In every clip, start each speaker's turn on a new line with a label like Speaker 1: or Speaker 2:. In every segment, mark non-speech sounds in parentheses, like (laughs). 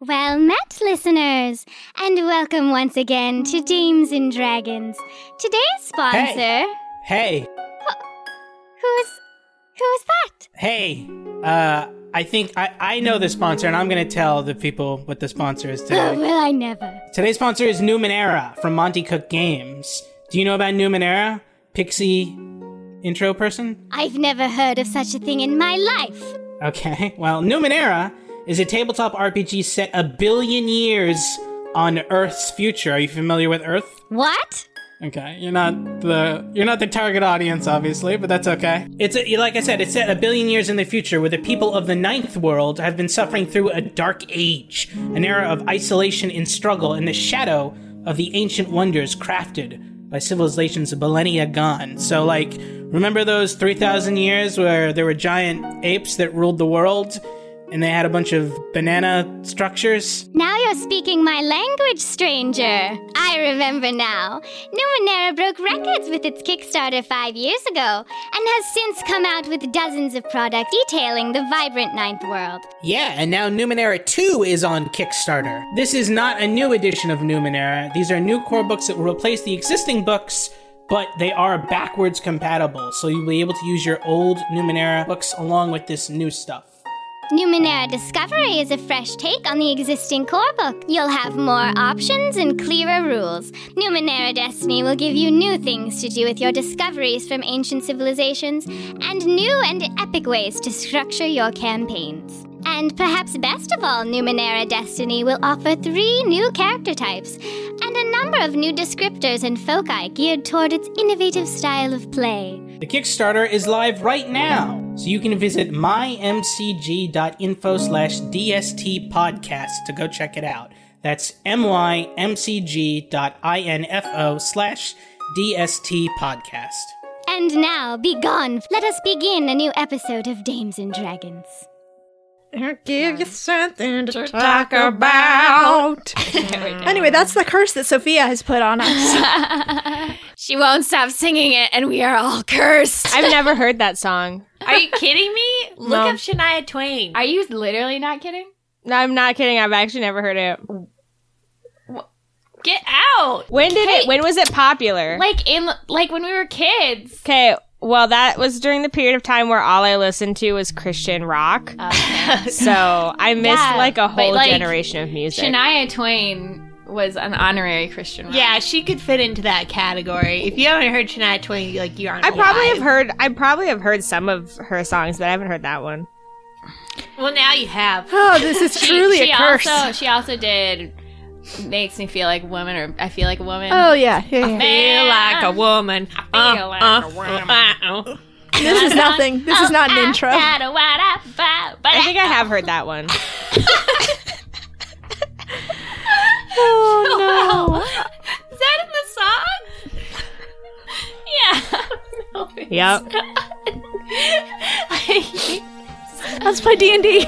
Speaker 1: Well met, listeners, and welcome once again to Dames and Dragons. Today's sponsor.
Speaker 2: Hey,
Speaker 1: Who's. Who's that?
Speaker 2: hey, uh, I think I, I know the sponsor, and I'm going to tell the people what the sponsor is
Speaker 1: (gasps) Oh, (laughs)
Speaker 2: today.
Speaker 1: will I never.
Speaker 2: Today's sponsor is Numenera from Monty Cook Games. Do you know about Numenera? Pixie intro person?
Speaker 1: I've never heard of such a thing in my life.
Speaker 2: Okay, (laughs) well, Numenera is a tabletop RPG set a billion years on Earth's future. Are you familiar with Earth?
Speaker 1: What?
Speaker 2: Okay, you're not the you're not the target audience, obviously, but that's okay. It's a, like I said, it's set a billion years in the future, where the people of the ninth world have been suffering through a dark age, an era of isolation and struggle, in the shadow of the ancient wonders crafted by civilizations millennia gone. So, like, remember those three thousand years where there were giant apes that ruled the world, and they had a bunch of banana structures?
Speaker 1: Now you're speaking my language, stranger. I remember now. Numenera broke records with its Kickstarter five years ago and has since come out with dozens of products detailing the vibrant Ninth World.
Speaker 2: Yeah, and now Numenera 2 is on Kickstarter. This is not a new edition of Numenera. These are new core books that will replace the existing books, but they are backwards compatible, so you'll be able to use your old Numenera books along with this new stuff.
Speaker 1: Numenera Discovery is a fresh take on the existing core book. You'll have more options and clearer rules. Numenera Destiny will give you new things to do with your discoveries from ancient civilizations and new and epic ways to structure your campaigns. And perhaps best of all, Numenera Destiny will offer three new character types and a number of new descriptors and foci geared toward its innovative style of play.
Speaker 2: The Kickstarter is live right now, so you can visit mymcg.info slash DST podcast to go check it out. That's mymcg.info slash DST podcast.
Speaker 1: And now, be gone. Let us begin a new episode of Dames and Dragons.
Speaker 3: I'll give you something to
Speaker 4: (laughs)
Speaker 3: talk about.
Speaker 5: Anyway, that's the curse that Sophia has put on us.
Speaker 4: She won't stop singing it, and we are all cursed.
Speaker 6: (laughs) I've never heard that song.
Speaker 4: Are you kidding me? Look
Speaker 6: No.
Speaker 4: up Shania Twain. Are you literally not kidding?
Speaker 6: No, I'm not kidding. I've actually never heard it.
Speaker 4: Get out!
Speaker 6: When did it? When was it popular?
Speaker 4: Like in like when we were kids.
Speaker 6: Okay, well, that was during the period of time where all I listened to was Christian
Speaker 4: (laughs)
Speaker 6: rock. so I missed
Speaker 4: Yeah,
Speaker 6: like a
Speaker 4: but,
Speaker 6: whole
Speaker 4: like,
Speaker 6: generation of music.
Speaker 4: Shania Twain was an honorary Christian. rock.
Speaker 3: Yeah, she could fit into that category. If you haven't heard Shania Twain, like you aren't.
Speaker 6: I probably
Speaker 3: alive.
Speaker 6: have heard. I probably have heard some of her songs, but I haven't heard that one.
Speaker 3: Well, now you have.
Speaker 5: oh, this is truly
Speaker 4: she
Speaker 5: a curse.
Speaker 4: also she also did makes me feel like a woman or I feel like a woman.
Speaker 5: oh yeah, yeah,
Speaker 4: (laughs)
Speaker 5: yeah.
Speaker 3: Feel like a woman.
Speaker 4: I feel like a woman.
Speaker 3: uh, uh.
Speaker 5: this is nothing. This is
Speaker 4: (laughs)
Speaker 5: not an intro.
Speaker 6: I think I have heard that one.
Speaker 4: Oh, (laughs) Is that in the song? (laughs) yeah. (laughs) No, it's
Speaker 6: Yep.
Speaker 4: not.
Speaker 5: Let's play D and D.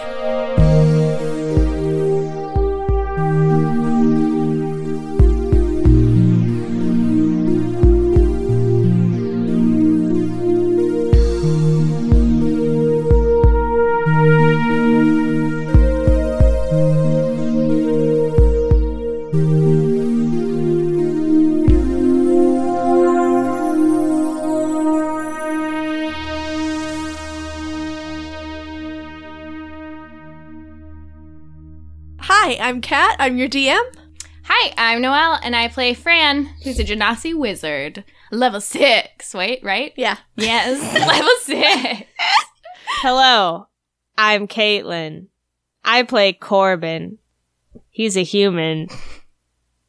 Speaker 5: Hi, I'm Kat. I'm your DM.
Speaker 4: Hi, I'm Noelle, and I play Fran, who's a Genasi wizard. Level six. Wait, right? (laughs)
Speaker 5: Yeah.
Speaker 4: Yes, level six.
Speaker 6: Hello, I'm Caitlin. I play Corbin. He's a human.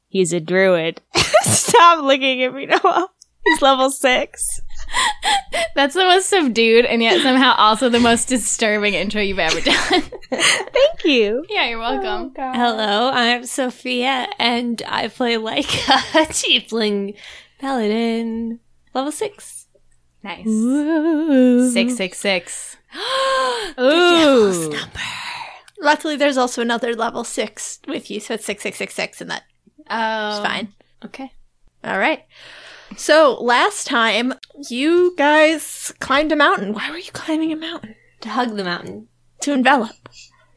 Speaker 6: He's a druid. (laughs) Stop looking at me, Noah. He's level six.
Speaker 4: That's the most subdued and yet somehow also the most disturbing intro you've ever done. (laughs)
Speaker 6: Thank you.
Speaker 4: yeah, you're welcome.
Speaker 7: Hello, I'm Sophia, and I play like (laughs) a tiefling paladin, level six.
Speaker 4: nice. Six six six.
Speaker 6: Ooh.
Speaker 5: (laughs) Luckily, there's also another level six with you, so it's six six six six, and that's
Speaker 4: Oh,
Speaker 5: fine.
Speaker 7: Okay.
Speaker 5: All right. So last time you guys climbed a mountain. Why were you climbing a mountain?
Speaker 7: To hug the mountain.
Speaker 5: To envelop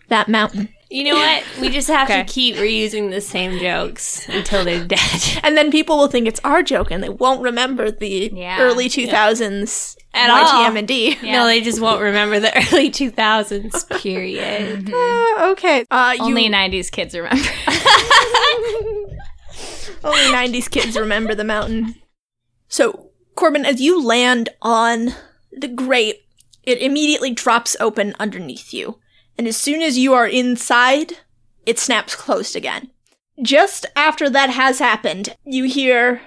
Speaker 5: that mountain.
Speaker 7: You know what? We just have
Speaker 6: Okay.
Speaker 7: to keep reusing the same jokes until they're (laughs) dead.
Speaker 5: And then people will think it's our joke and they won't remember the
Speaker 4: Yeah.
Speaker 5: early 2000s
Speaker 7: At all.
Speaker 5: YTM and D.
Speaker 4: Yeah.
Speaker 7: No, they just won't remember the (laughs) early 2000s
Speaker 3: (laughs)
Speaker 7: period.
Speaker 5: Uh, okay. Uh, you,
Speaker 4: Only 90s kids remember.
Speaker 5: only 90s kids remember the mountain. So, Corbin, as you land on the grape, it immediately drops open underneath you. And as soon as you are inside, it snaps closed again. Just after that has happened, you hear,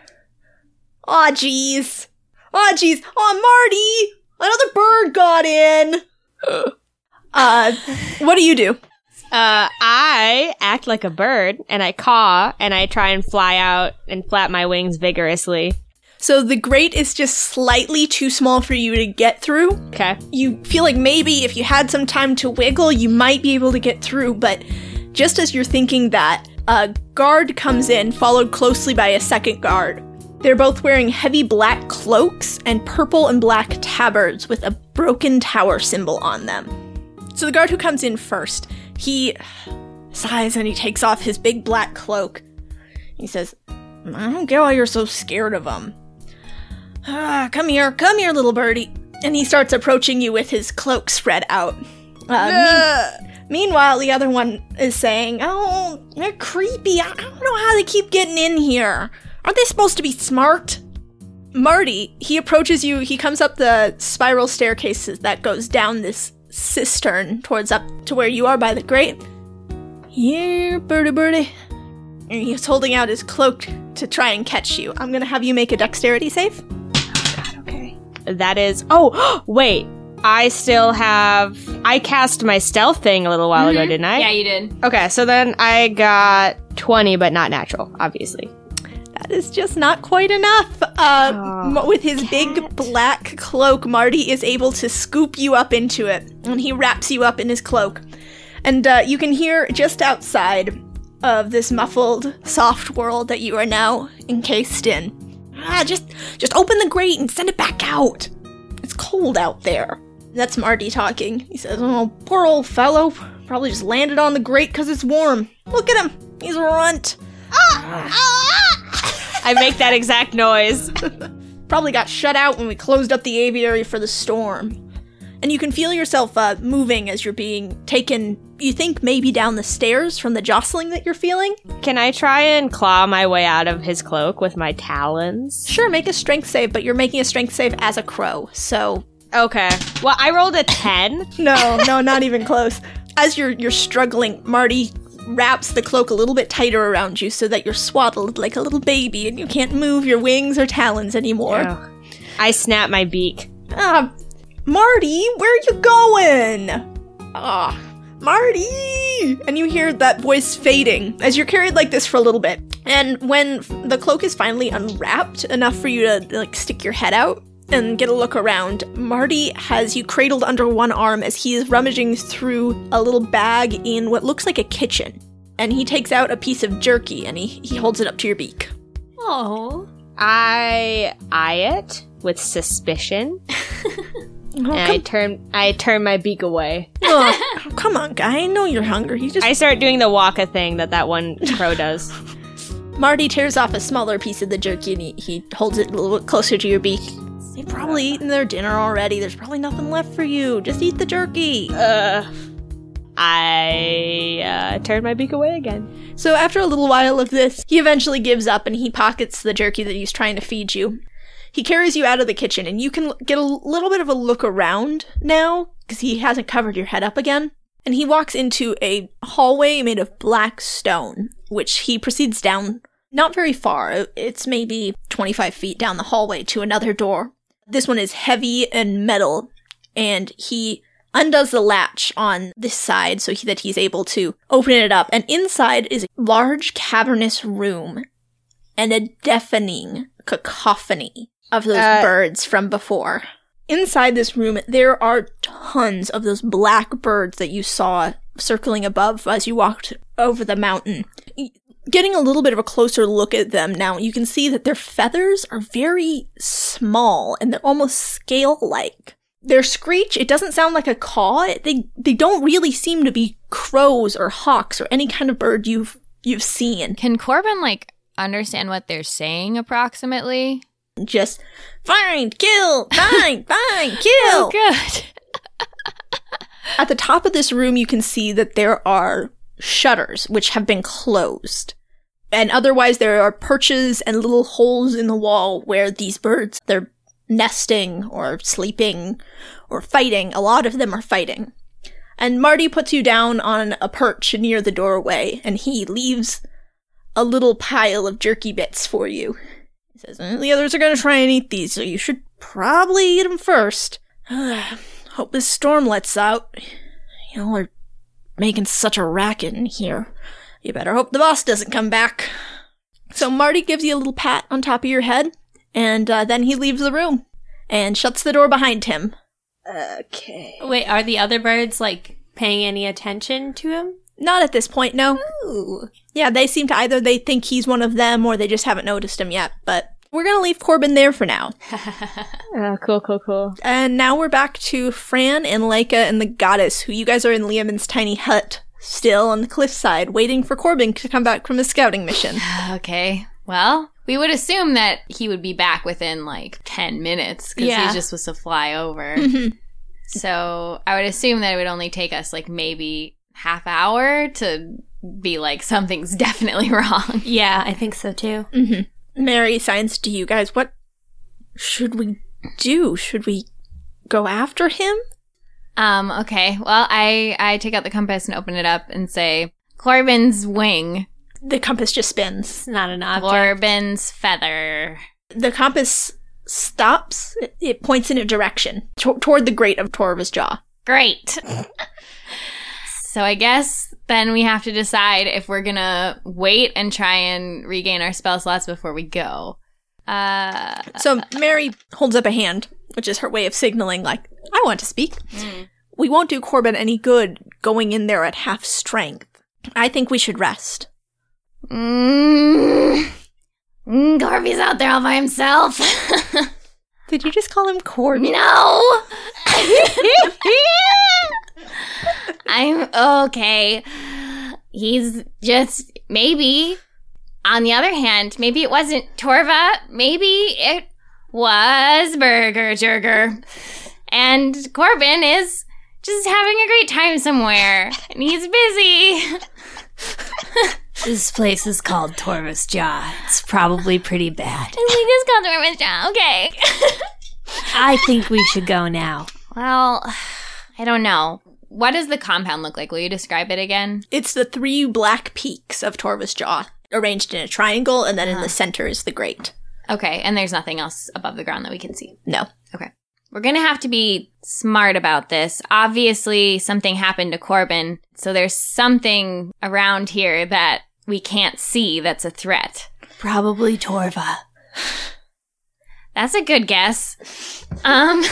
Speaker 5: Aw, jeez. Aw, jeez. Aw, Marty! Another bird got (gasps) in! Uh, what do you do?
Speaker 6: Uh, I act like a bird and I caw and I try and fly out and flap my wings vigorously.
Speaker 5: So the grate is just slightly too small for you to get through.
Speaker 6: Okay.
Speaker 5: you feel like maybe if you had some time to wiggle, you might be able to get through, but just as you're thinking that, a guard comes in, followed closely by a second guard. They're both wearing heavy black cloaks and purple and black tabards with a broken tower symbol on them. So the guard who comes in first, he sighs and he takes off his big black cloak. He says, I don't get why you're so scared of him. Ah, come here, come here, little birdie. And he starts approaching you with his cloak spread out. Uh, mean- meanwhile, the other one is saying, Oh, they're creepy. I I don't know how they keep getting in here. Aren't they supposed to be smart? Marty, he approaches you. He comes up the spiral staircases that goes down this cistern towards up to where you are by the grate. Here, birdie, birdie. And he's holding out his cloak to try and catch you. I'm gonna have you make a dexterity save.
Speaker 6: That is. Oh, (gasps) wait. I still have. I cast my stealth thing a little while ago, didn't I?
Speaker 4: Mm-hmm. yeah, you did.
Speaker 6: Okay, so then I got 20, but not natural, obviously.
Speaker 5: That is just not quite enough. Uh, m- with his big black cloak, Marty is able to scoop you up into it, and he wraps you up in his cloak. And uh, you can hear just outside of this muffled, soft world that you are now encased in. Ah, just, just open the grate and send it back out. It's cold out there. That's Marty talking. He says, "Oh, poor old fellow. Probably just landed on the grate 'cause it's warm. Look at him. He's a runt."
Speaker 6: I make that exact noise.
Speaker 5: probably got shut out when we closed up the aviary for the storm. And you can feel yourself uh, moving as you're being taken, you think maybe down the stairs from the jostling that you're feeling?
Speaker 6: Can I try and claw my way out of his cloak with my talons?
Speaker 5: Sure, make a strength save, but you're making a strength save as a crow, so.
Speaker 6: Okay. Well, I rolled a 10.
Speaker 5: No, no, not even close. (laughs) As you're, you're struggling, Marty wraps the cloak a little bit tighter around you so that you're swaddled like a little baby and you can't move your wings or talons anymore.
Speaker 6: Ugh. I snap my beak.
Speaker 5: Ah, Marty, where are you going? Ah, Marty! And you hear that voice fading as you're carried like this for a little bit. And when f- the cloak is finally unwrapped enough for you to like stick your head out and get a look around, Marty has you cradled under one arm as he is rummaging through a little bag in what looks like a kitchen. And he takes out a piece of jerky and he, he holds it up to your beak.
Speaker 7: Oh.
Speaker 6: I eye it with (laughs) suspicion. and I turn I turn my beak away.
Speaker 5: Ugh, Oh, come on, (laughs) guy. I know you're hungry. You just
Speaker 6: I start doing the waka thing that that one crow does.
Speaker 5: Marty tears off a smaller piece of the jerky and he, he holds it a little bit closer to your beak. They've probably eaten their dinner already. There's probably nothing left for you. Just eat the jerky.
Speaker 6: (laughs) Uh, I uh, turn my beak away again.
Speaker 5: So, after a little while of this, he eventually gives up and he pockets the jerky that he's trying to feed you. He carries you out of the kitchen and you can l- get a l- little bit of a look around now because he hasn't covered your head up again. And he walks into a hallway made of black stone, which he proceeds down not very far. It's maybe 25 feet down the hallway to another door. This one is heavy and metal, and he undoes the latch on this side so he, that he's able to open it up. And inside is a large cavernous room and a deafening cacophony of those
Speaker 6: Uh,
Speaker 5: birds from before. Inside this room, there are tons of those black birds that you saw circling above as you walked over the mountain. Y- Getting a little bit of a closer look at them now, you can see that their feathers are very small and they're almost scale like. Their screech, it doesn't sound like a caw. It- They they don't really seem to be crows or hawks or any kind of bird you've you've seen.
Speaker 4: (laughs) Can Corbin like understand what they're saying approximately?
Speaker 5: Just find, kill, find, find,
Speaker 4: (laughs) Oh,
Speaker 5: kill.
Speaker 4: Good.
Speaker 5: At the top of this room, you can see that there are shutters which have been closed. And otherwise, there are perches and little holes in the wall where these birds, they're nesting or sleeping or fighting. A lot of them are fighting. And Marty puts you down on a perch near the doorway and he leaves a little pile of jerky bits for you. He says, "Eh, The others are going to try and eat these, so you should probably eat them first. (sighs) Hope this storm lets out. Y'all are making such a racket in here. You better hope the boss doesn't come back. So Marty gives you a little pat on top of your head, and uh, then he leaves the room and shuts the door behind him. Okay.
Speaker 7: Wait, are the other birds like paying any attention to him?
Speaker 5: Not at this point, no. Yeah, they seem to either they think he's one of them or they just haven't noticed him yet, but we're gonna leave Corbin there for now.
Speaker 6: Oh, cool, cool, cool.
Speaker 5: And now we're back to Fran and Leica and the goddess, who you guys are in Liamon's tiny hut, still on the cliffside, waiting for Corbin to come back from his scouting mission.
Speaker 4: Okay. Well, we would assume that he would be back within like 10 minutes because
Speaker 7: Yeah. Mm-hmm.
Speaker 4: he just was to
Speaker 7: (laughs)
Speaker 4: fly over.
Speaker 5: Mhm.
Speaker 4: So I would assume that it would only take us like maybe half hour to be like, something's (laughs) definitely wrong.
Speaker 7: Yeah, I think so too.
Speaker 5: Mary signs to you guys, what should we do? Should we go after him?
Speaker 4: Um, okay. Well, I, I take out the compass and open it up and say, Corbin's wing,
Speaker 5: The compass just spins.
Speaker 7: It's not an object.
Speaker 4: Corbin's feather.
Speaker 5: The compass stops, it, it points in a direction, to- toward the grate of Torva's jaw.
Speaker 4: Great. so I guess then we have to decide if we're gonna wait and try and regain our spell slots before we go. Uh,
Speaker 5: So Mary holds up a hand, which is her way of signaling, like, I want to speak. We won't do Corbin any good going in there at half strength. I think we should rest.
Speaker 4: mm, mm, Garvey's out there all by himself. (laughs)
Speaker 5: Did you just call him Corbin?
Speaker 4: no. (laughs) I'm okay. He's just maybe. On the other hand, maybe it wasn't Torva. Maybe it was Burger Jerger. And Corbin is just having a great time somewhere. And he's busy. (laughs)
Speaker 7: This place is called Torvis Jaw. It's probably pretty bad.
Speaker 4: we just called Torva's job. Okay. (laughs)
Speaker 7: I think we should go now.
Speaker 4: well, (sighs) I don't know. What does the compound look like? Will you describe it again?
Speaker 5: It's the three black peaks of Torva's jaw, arranged in a triangle, and then in the center is the grate.
Speaker 4: Okay, and there's nothing else above the ground that we can see.
Speaker 5: No.
Speaker 4: We're gonna have to be smart about this. Obviously, something happened to Corbin, so there's something around here that we can't see that's a threat.
Speaker 7: Probably Torva.
Speaker 4: (sighs) That's a good guess. Um,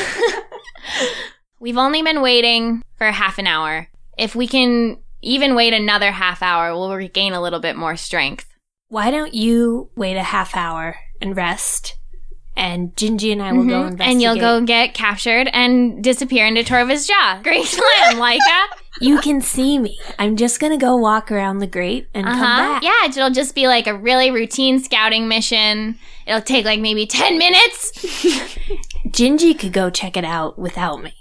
Speaker 4: (laughs) we've only been waiting for half an hour. If we can even wait another half hour, we'll regain a little bit more strength.
Speaker 7: Why don't you wait a half hour and rest? And Gingy Mm-hmm. and I will go
Speaker 4: Mhm.
Speaker 7: investigate.
Speaker 4: and you'll go get captured and disappear into Torva's jaw. Great plan, Laika.
Speaker 7: You can see me. I'm just gonna go walk around the grate and come back.
Speaker 4: Uh-huh. Yeah, it'll just be like a really routine scouting mission. It'll take like maybe 10 minutes.
Speaker 7: Gingy could go check it out without me.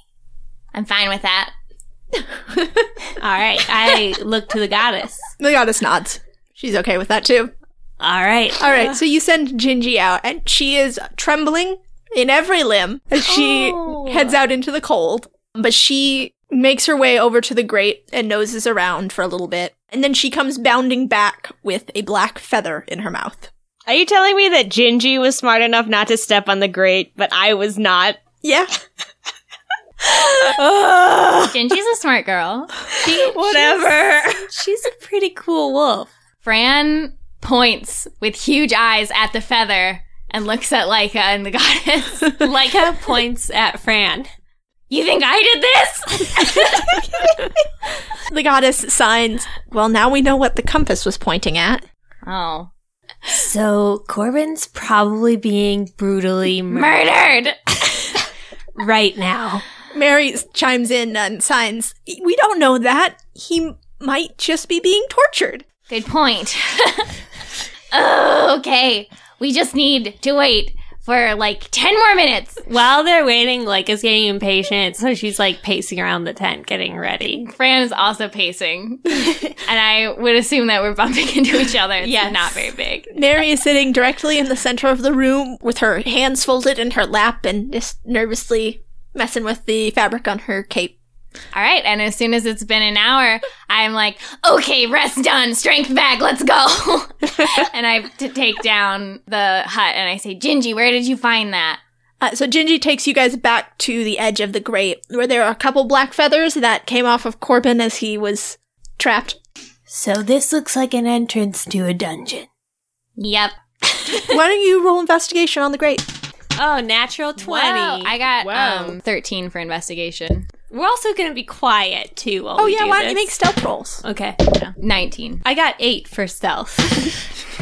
Speaker 4: I'm fine with that.
Speaker 7: All right. I look to the goddess.
Speaker 5: The goddess nods. She's okay with that too.
Speaker 7: All right.
Speaker 5: All right, so you send Gingy out, and she is trembling in every limb as she heads out into the cold. But she makes her way over to the grate and noses around for a little bit, and then she comes bounding back with a black feather in her mouth.
Speaker 6: Are you telling me that Gingy was smart enough not to step on the grate, but I was not?
Speaker 5: Yeah,
Speaker 6: Ugh,
Speaker 4: Gingy's a smart girl.
Speaker 6: whatever.
Speaker 7: She's a pretty cool wolf.
Speaker 4: Fran points with huge eyes at the feather and looks at Laika and the goddess.
Speaker 7: Leica points at Fran.
Speaker 4: you think I did this?
Speaker 5: the goddess signs. Well, now we know what the compass was pointing at.
Speaker 4: Oh.
Speaker 7: So Corbin's probably being brutally murdered
Speaker 4: Murdered!
Speaker 7: right now.
Speaker 5: Mary chimes in and signs, We don't know that. He might just be being tortured.
Speaker 4: Good point. (laughs) oh, okay. We just need to wait for like 10 more minutes.
Speaker 7: While they're waiting, Like is getting impatient, so she's like pacing around the tent getting ready.
Speaker 4: Fran is also pacing. and I would assume that we're bumping (laughs) into each other. It's
Speaker 7: Yes.
Speaker 4: not very big.
Speaker 5: Mary is sitting directly in the center of the room with her hands folded in her lap and just nervously messing with the fabric on her cape.
Speaker 4: All right. And as soon as it's been an hour, I'm like, okay, rest done, strength back, let's go. (laughs) and I t- take down the hut and I say, Gingy, where did you find that?
Speaker 5: Uh, so Gingy takes you guys back to the edge of the grate where there are a couple black feathers that came off of Corbin as he was trapped.
Speaker 3: So this looks like an entrance to a dungeon.
Speaker 4: Yep.
Speaker 5: Why don't you roll investigation on the grate?
Speaker 7: Oh, natural (laughs) twenty.
Speaker 4: Wow, I got
Speaker 8: Wow.
Speaker 4: um, 13 for investigation,
Speaker 7: We're also gonna be quiet too. While
Speaker 5: Oh
Speaker 7: we
Speaker 5: yeah,
Speaker 7: do
Speaker 5: why don't you make
Speaker 7: this.
Speaker 5: stealth rolls?
Speaker 7: Okay,
Speaker 4: 19.
Speaker 7: I got eight for stealth.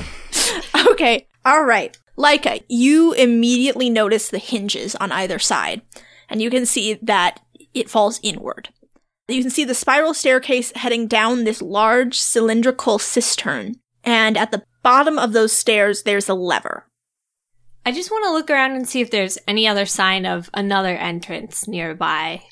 Speaker 5: (laughs) Okay. All right. Leica, you immediately notice the hinges on either side, and you can see that it falls inward. You can see the spiral staircase heading down this large cylindrical cistern, and at the bottom of those stairs, there's a lever.
Speaker 7: I just want to look around and see if there's any other sign of another entrance nearby.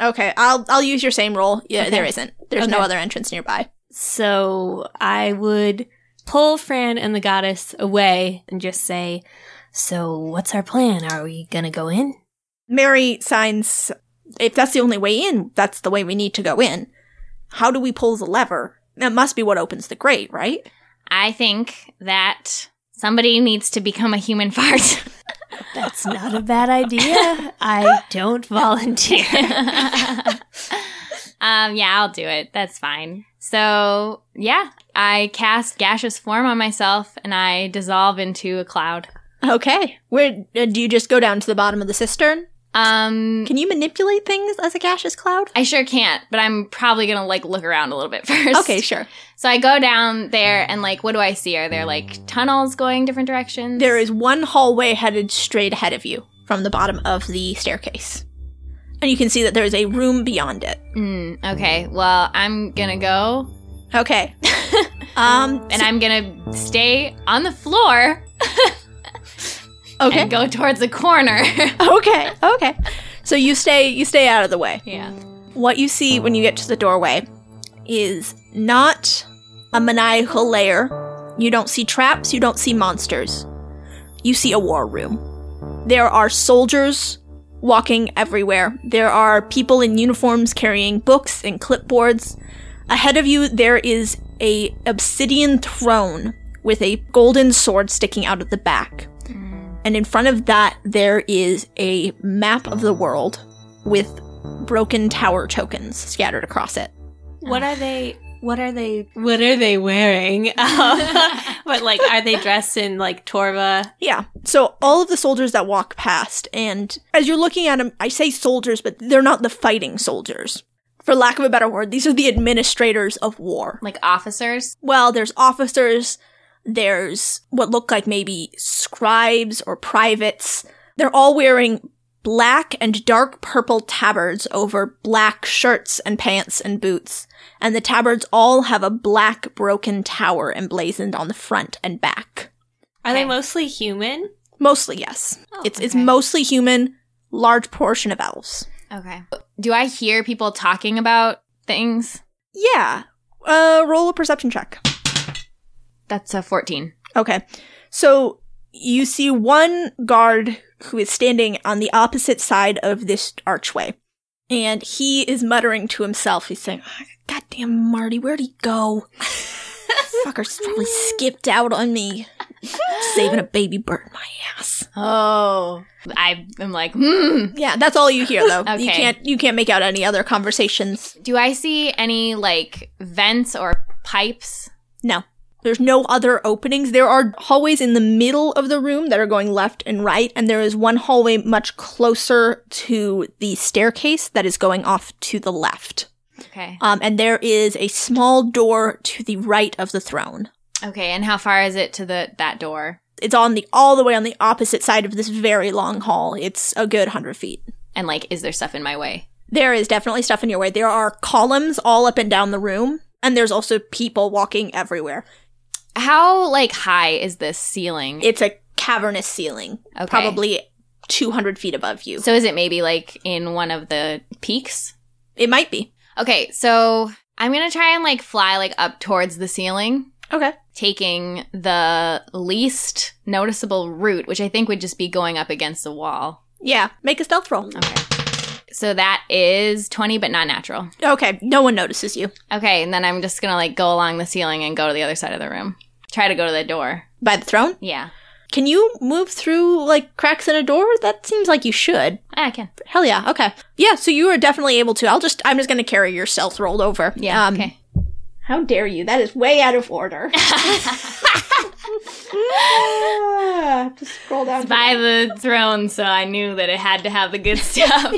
Speaker 5: Okay, I'll I'll use your same roll. Yeah, there isn't. There's no
Speaker 7: Okay.
Speaker 5: other entrance nearby.
Speaker 7: So I would pull Fran and the goddess away and just say, So what's our plan? Are we gonna go in? (laughs)
Speaker 5: Mary signs, if that's the only way in, that's the way we need to go in. How do we pull the lever? That must be what opens the grate, right?
Speaker 4: I think that somebody needs to become a human fart. (laughs)
Speaker 3: That's not a bad idea. I don't volunteer.
Speaker 4: (laughs) um, yeah, I'll do it. That's fine. So, yeah, I cast gaseous form on myself and I dissolve into a cloud.
Speaker 5: Okay. Where uh, do you just go down to the bottom of the cistern?
Speaker 4: Um,
Speaker 5: Can you manipulate things as a gaseous cloud?
Speaker 4: I sure can't, but I'm probably gonna like look around a little bit (laughs) first.
Speaker 5: Okay, sure.
Speaker 4: So I go down there and like, what do I see? Are there like tunnels going different directions?
Speaker 5: There is one hallway headed straight ahead of you from the bottom of the staircase. And you can see that there is a room beyond it.
Speaker 4: Mm, okay. Well, I'm gonna go
Speaker 5: Okay. (laughs) um
Speaker 4: and I'm gonna stay on the floor (laughs)
Speaker 5: okay.
Speaker 4: and go towards the corner. (laughs)
Speaker 5: Okay. Okay. So you stay you stay out of the way.
Speaker 4: yeah.
Speaker 5: What you see when you get to the doorway is not a maniacal lair. You don't see traps, you don't see monsters. You see a war room. There are soldiers walking everywhere. There are people in uniforms carrying books and clipboards. Ahead of you there is a obsidian throne with a golden sword sticking out of the back. And in front of that there is a map of the world with broken tower tokens scattered across it.
Speaker 7: What are they? What are they? What are they wearing?
Speaker 5: (laughs)
Speaker 7: Um, (laughs) but like, are they dressed in like Torva?
Speaker 5: Yeah. So all of the soldiers that walk past, and as you're looking at them, I say soldiers, but they're not the fighting soldiers. For lack of a better word, these are the administrators of war.
Speaker 4: Like officers.
Speaker 5: Well, there's officers, there's what look like maybe scribes or privates. They're all wearing black and dark purple tabards over black shirts and pants and boots. And the tabards all have a black broken tower emblazoned on the front and back.
Speaker 7: Are they mostly human?
Speaker 5: Mostly, yes. it's it's mostly human, large portion of elves.
Speaker 4: Okay. Do I hear people talking about things?
Speaker 5: Yeah. Uh, roll a perception check.
Speaker 4: That's a 14.
Speaker 5: Okay. So you see one guard who is standing on the opposite side of this archway, and he is muttering to himself. He's saying, "Ah, "Goddamn, Marty, where'd he go? Fucker's probably skipped out on me, saving a baby bird my ass."
Speaker 4: Oh. I am like, hmm.
Speaker 5: Yeah, that's all you hear though. You
Speaker 4: Okay.
Speaker 5: can't you can't make out any other conversations.
Speaker 4: Do I see any like vents or pipes?
Speaker 5: No. There's no other openings. There are hallways in the middle of the room that are going left and right, and there is one hallway much closer to the staircase that is going off to the left.
Speaker 4: Okay.
Speaker 5: Um, and there is a small door to the right of the throne.
Speaker 4: Okay. And how far is it to the that door?
Speaker 5: It's on the all the way on the opposite side of this very long hall. It's a good hundred feet.
Speaker 4: And like, is there stuff in my way?
Speaker 5: There is definitely stuff in your way. There are columns all up and down the room, and there's also people walking everywhere.
Speaker 4: How like high is this ceiling?
Speaker 5: It's a cavernous ceiling,
Speaker 4: Okay.
Speaker 5: probably 200 feet above you.
Speaker 4: so is it maybe like in one of the peaks?
Speaker 5: it might be.
Speaker 4: Okay, so I'm gonna try and like fly like up towards the ceiling,
Speaker 5: Okay.
Speaker 4: taking the least noticeable route, which I think would just be going up against the wall.
Speaker 5: Yeah, make a stealth roll.
Speaker 4: So that is 20, but not natural.
Speaker 5: Okay, no one notices you.
Speaker 4: Okay, and then I'm just gonna like go along the ceiling and go to the other side of the room. Try to go to the door.
Speaker 5: By the throne?
Speaker 4: Yeah.
Speaker 5: Can you move through like cracks in a door? That seems like you should.
Speaker 4: Ah, I can.
Speaker 5: Hell yeah. Okay. Yeah. So you are definitely able to. I'll just. I'm just going to carry your stealth rolled over. Um,
Speaker 4: Yeah. okay.
Speaker 5: How dare you? That is way out of order. Ah, just scroll down.
Speaker 4: By the throne, so I knew that it had to have the good (laughs) stuff.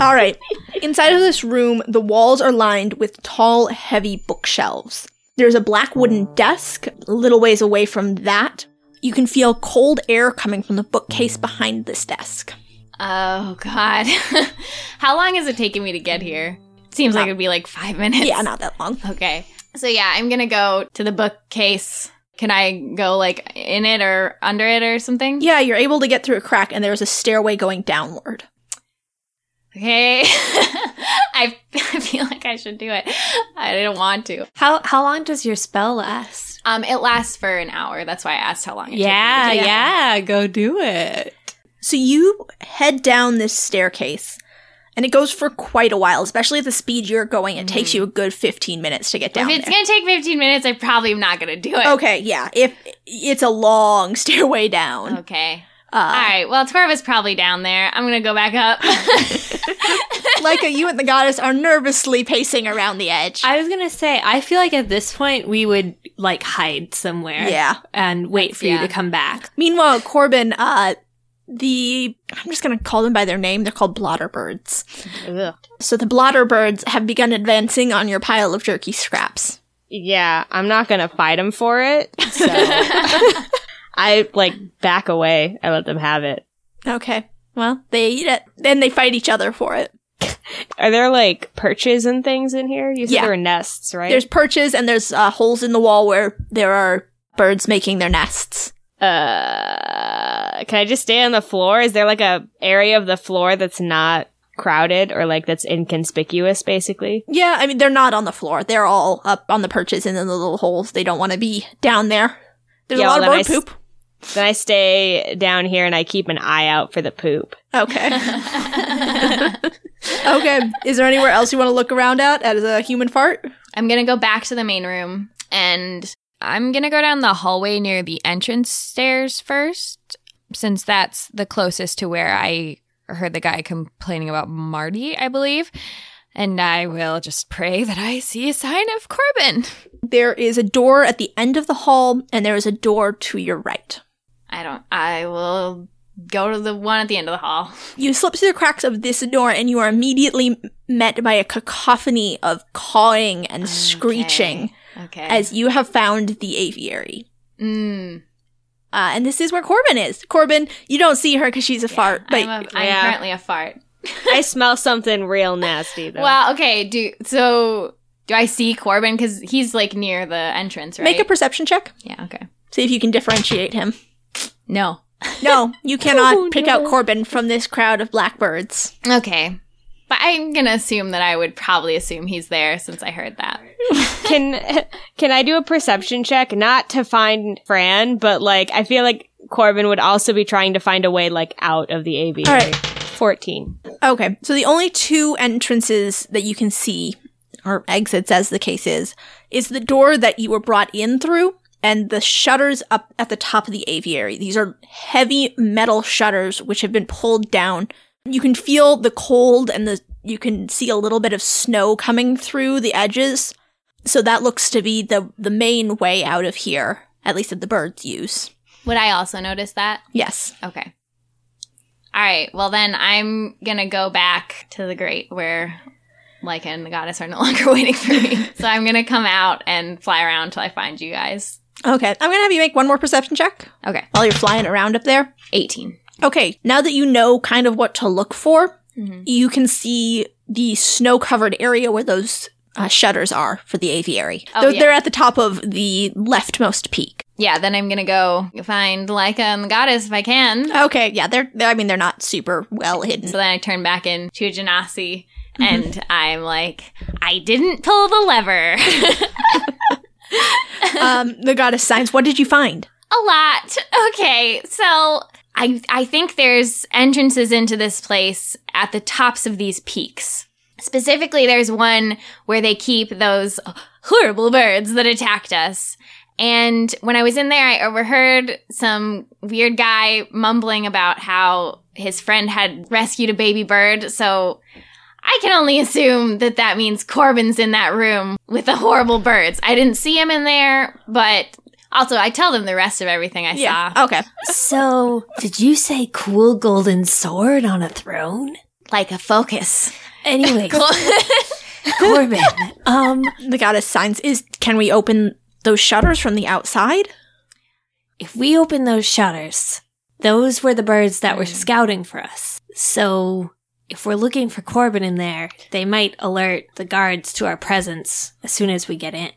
Speaker 5: All right. Inside of this room, the walls are lined with tall, heavy bookshelves. There's a black wooden desk a little ways away from that. You can feel cold air coming from the bookcase behind this desk.
Speaker 4: oh god. (laughs) How long is it taking me to get here? Seems like it'd be like five minutes.
Speaker 5: Yeah, not that long.
Speaker 4: Okay. So yeah, I'm gonna go to the bookcase. Can I go like in it or under it or something?
Speaker 5: Yeah, you're able to get through a crack, and there's a stairway going downward.
Speaker 4: Okay. (laughs) I, I feel like I should do it. I didn't want to.
Speaker 3: How how long does your spell last?
Speaker 4: Um, it lasts for an hour. That's why I asked how long. It
Speaker 3: Yeah,
Speaker 4: took me to do it.
Speaker 3: yeah, go do it.
Speaker 5: So you head down this staircase, and it goes for quite a while, especially at the speed you're going. It takes you a good 15 minutes to get down
Speaker 4: If it's
Speaker 5: there.
Speaker 4: gonna take 15 minutes, I probably am not gonna do it.
Speaker 5: okay, yeah. If it's a long (laughs) stairway down.
Speaker 4: Okay.
Speaker 5: Uh,
Speaker 4: All right. Well, Torva's probably down there. I'm gonna go back up. (laughs)
Speaker 5: Leica, you and the goddess are nervously pacing around the edge.
Speaker 7: I was gonna say, I feel like at this point we would like hide somewhere,
Speaker 5: yeah.
Speaker 7: and wait for
Speaker 4: Yeah.
Speaker 7: you to come back.
Speaker 5: Meanwhile, Corbin, uh, the I'm just gonna call them by their name. They're called blotter birds. So the blotter birds have begun advancing on your pile of jerky scraps.
Speaker 6: Yeah, I'm not gonna fight him for it. (laughs) So I like back away. I let them have it.
Speaker 5: Okay. Well, they eat it, then they fight each other for it.
Speaker 6: Are there like perches and things in here? You said
Speaker 5: Yeah.
Speaker 6: there were nests, right?
Speaker 5: There's perches and there's uh, holes in the wall where there are birds making their nests.
Speaker 6: uh, can I just stay on the floor? Is there like a area of the floor that's not crowded or like that's inconspicuous, basically?
Speaker 5: Yeah, I mean they're not on the floor. They're all up on the perches and in the little holes. They don't want to be down there. There's
Speaker 6: Yeah,
Speaker 5: a lot
Speaker 6: well,
Speaker 5: of
Speaker 6: then
Speaker 5: bird
Speaker 6: I s-
Speaker 5: poop.
Speaker 6: Then I stay down here and I keep an eye out for the poop.
Speaker 5: (laughs) Okay. okay. Is there anywhere else you want to look around at as a human fart?
Speaker 4: I'm gonna go back to the main room and I'm gonna go down the hallway near the entrance stairs first, since that's the closest to where I heard the guy complaining about Marty, I believe. And I will just pray that I see a sign of Corbin.
Speaker 5: There is a door at the end of the hall, and there is a door to your right.
Speaker 4: I don't. I will go to the one at the end of the hall.
Speaker 5: You slip through the cracks of this door, and you are immediately met by a cacophony of cawing and screeching
Speaker 4: Okay.
Speaker 5: as you have found the aviary.
Speaker 4: mm,
Speaker 5: Uh, and this is where Corbin is. Corbin, you don't see her because she's a fart, but
Speaker 4: I'm, a,
Speaker 6: yeah.
Speaker 4: I'm currently a fart.
Speaker 6: I smell something real nasty though.
Speaker 4: Well, okay. Do so. Do I see Corbin? Because he's like near the entrance, right?
Speaker 5: make a perception check.
Speaker 4: yeah. Okay.
Speaker 5: See if you can differentiate him.
Speaker 4: No.
Speaker 5: No, you (laughs) cannot pick out Corbin from this crowd of blackbirds.
Speaker 4: Okay. But I'm gonna assume that I would probably assume he's there since I heard that.
Speaker 6: can can I do a perception check? Not to find Fran, but like I feel like Corbin would also be trying to find a way like out of the AV.
Speaker 5: All right.
Speaker 6: Fourteen.
Speaker 5: Okay, so the only two entrances that you can see, or exits as the case is, is the door that you were brought in through and the shutters up at the top of the aviary. These are heavy metal shutters which have been pulled down. You can feel the cold and the you can see a little bit of snow coming through the edges. So that looks to be the the main way out of here, at least that the birds use.
Speaker 4: Would I also notice that?
Speaker 5: Yes.
Speaker 4: Okay. All right. Well, then I'm gonna go back to the grate where Lyca and the goddess are no (laughs) longer waiting for me. so I'm gonna come out and fly around till I find you guys.
Speaker 5: Okay, I'm gonna have you make one more perception check
Speaker 4: Okay.
Speaker 5: while you're flying around up there.
Speaker 4: 18.
Speaker 5: Okay, now that you know kind of what to look for, you can see the snow covered area where those uh, shutters are for the aviary.
Speaker 4: Oh,
Speaker 5: they're,
Speaker 4: yeah.
Speaker 5: they're at the top of the leftmost peak.
Speaker 4: Yeah, then I'm gonna go find Leica and the goddess if I can.
Speaker 5: Okay, yeah, they're, they're I mean they're not super (laughs) well hidden.
Speaker 4: So then I turn back into Janasi and I'm like, I didn't pull the lever. (laughs)
Speaker 5: um, the goddess signs. What did you find?
Speaker 4: A lot. Okay, so I I think there's entrances into this place at the tops of these peaks. Specifically, there's one where they keep those horrible birds that attacked us. And when I was in there, I overheard some weird guy mumbling about how his friend had rescued a baby bird. So I can only assume that that means Corbin's in that room with the horrible birds. I didn't see him in there, but also I tell them the rest of everything I saw.
Speaker 5: Okay.
Speaker 3: So, did you say cool golden sword on a throne?
Speaker 4: Like a focus.
Speaker 7: (laughs)
Speaker 3: Anyway, (laughs) Corbin, um,
Speaker 5: The goddess signs. Is can we open those shutters from the outside?
Speaker 3: if we open those shutters, those were the birds that were
Speaker 7: Mm.
Speaker 3: scouting for us. So, if we're looking for Corbin in there, they might alert the guards to our presence as soon as we get in.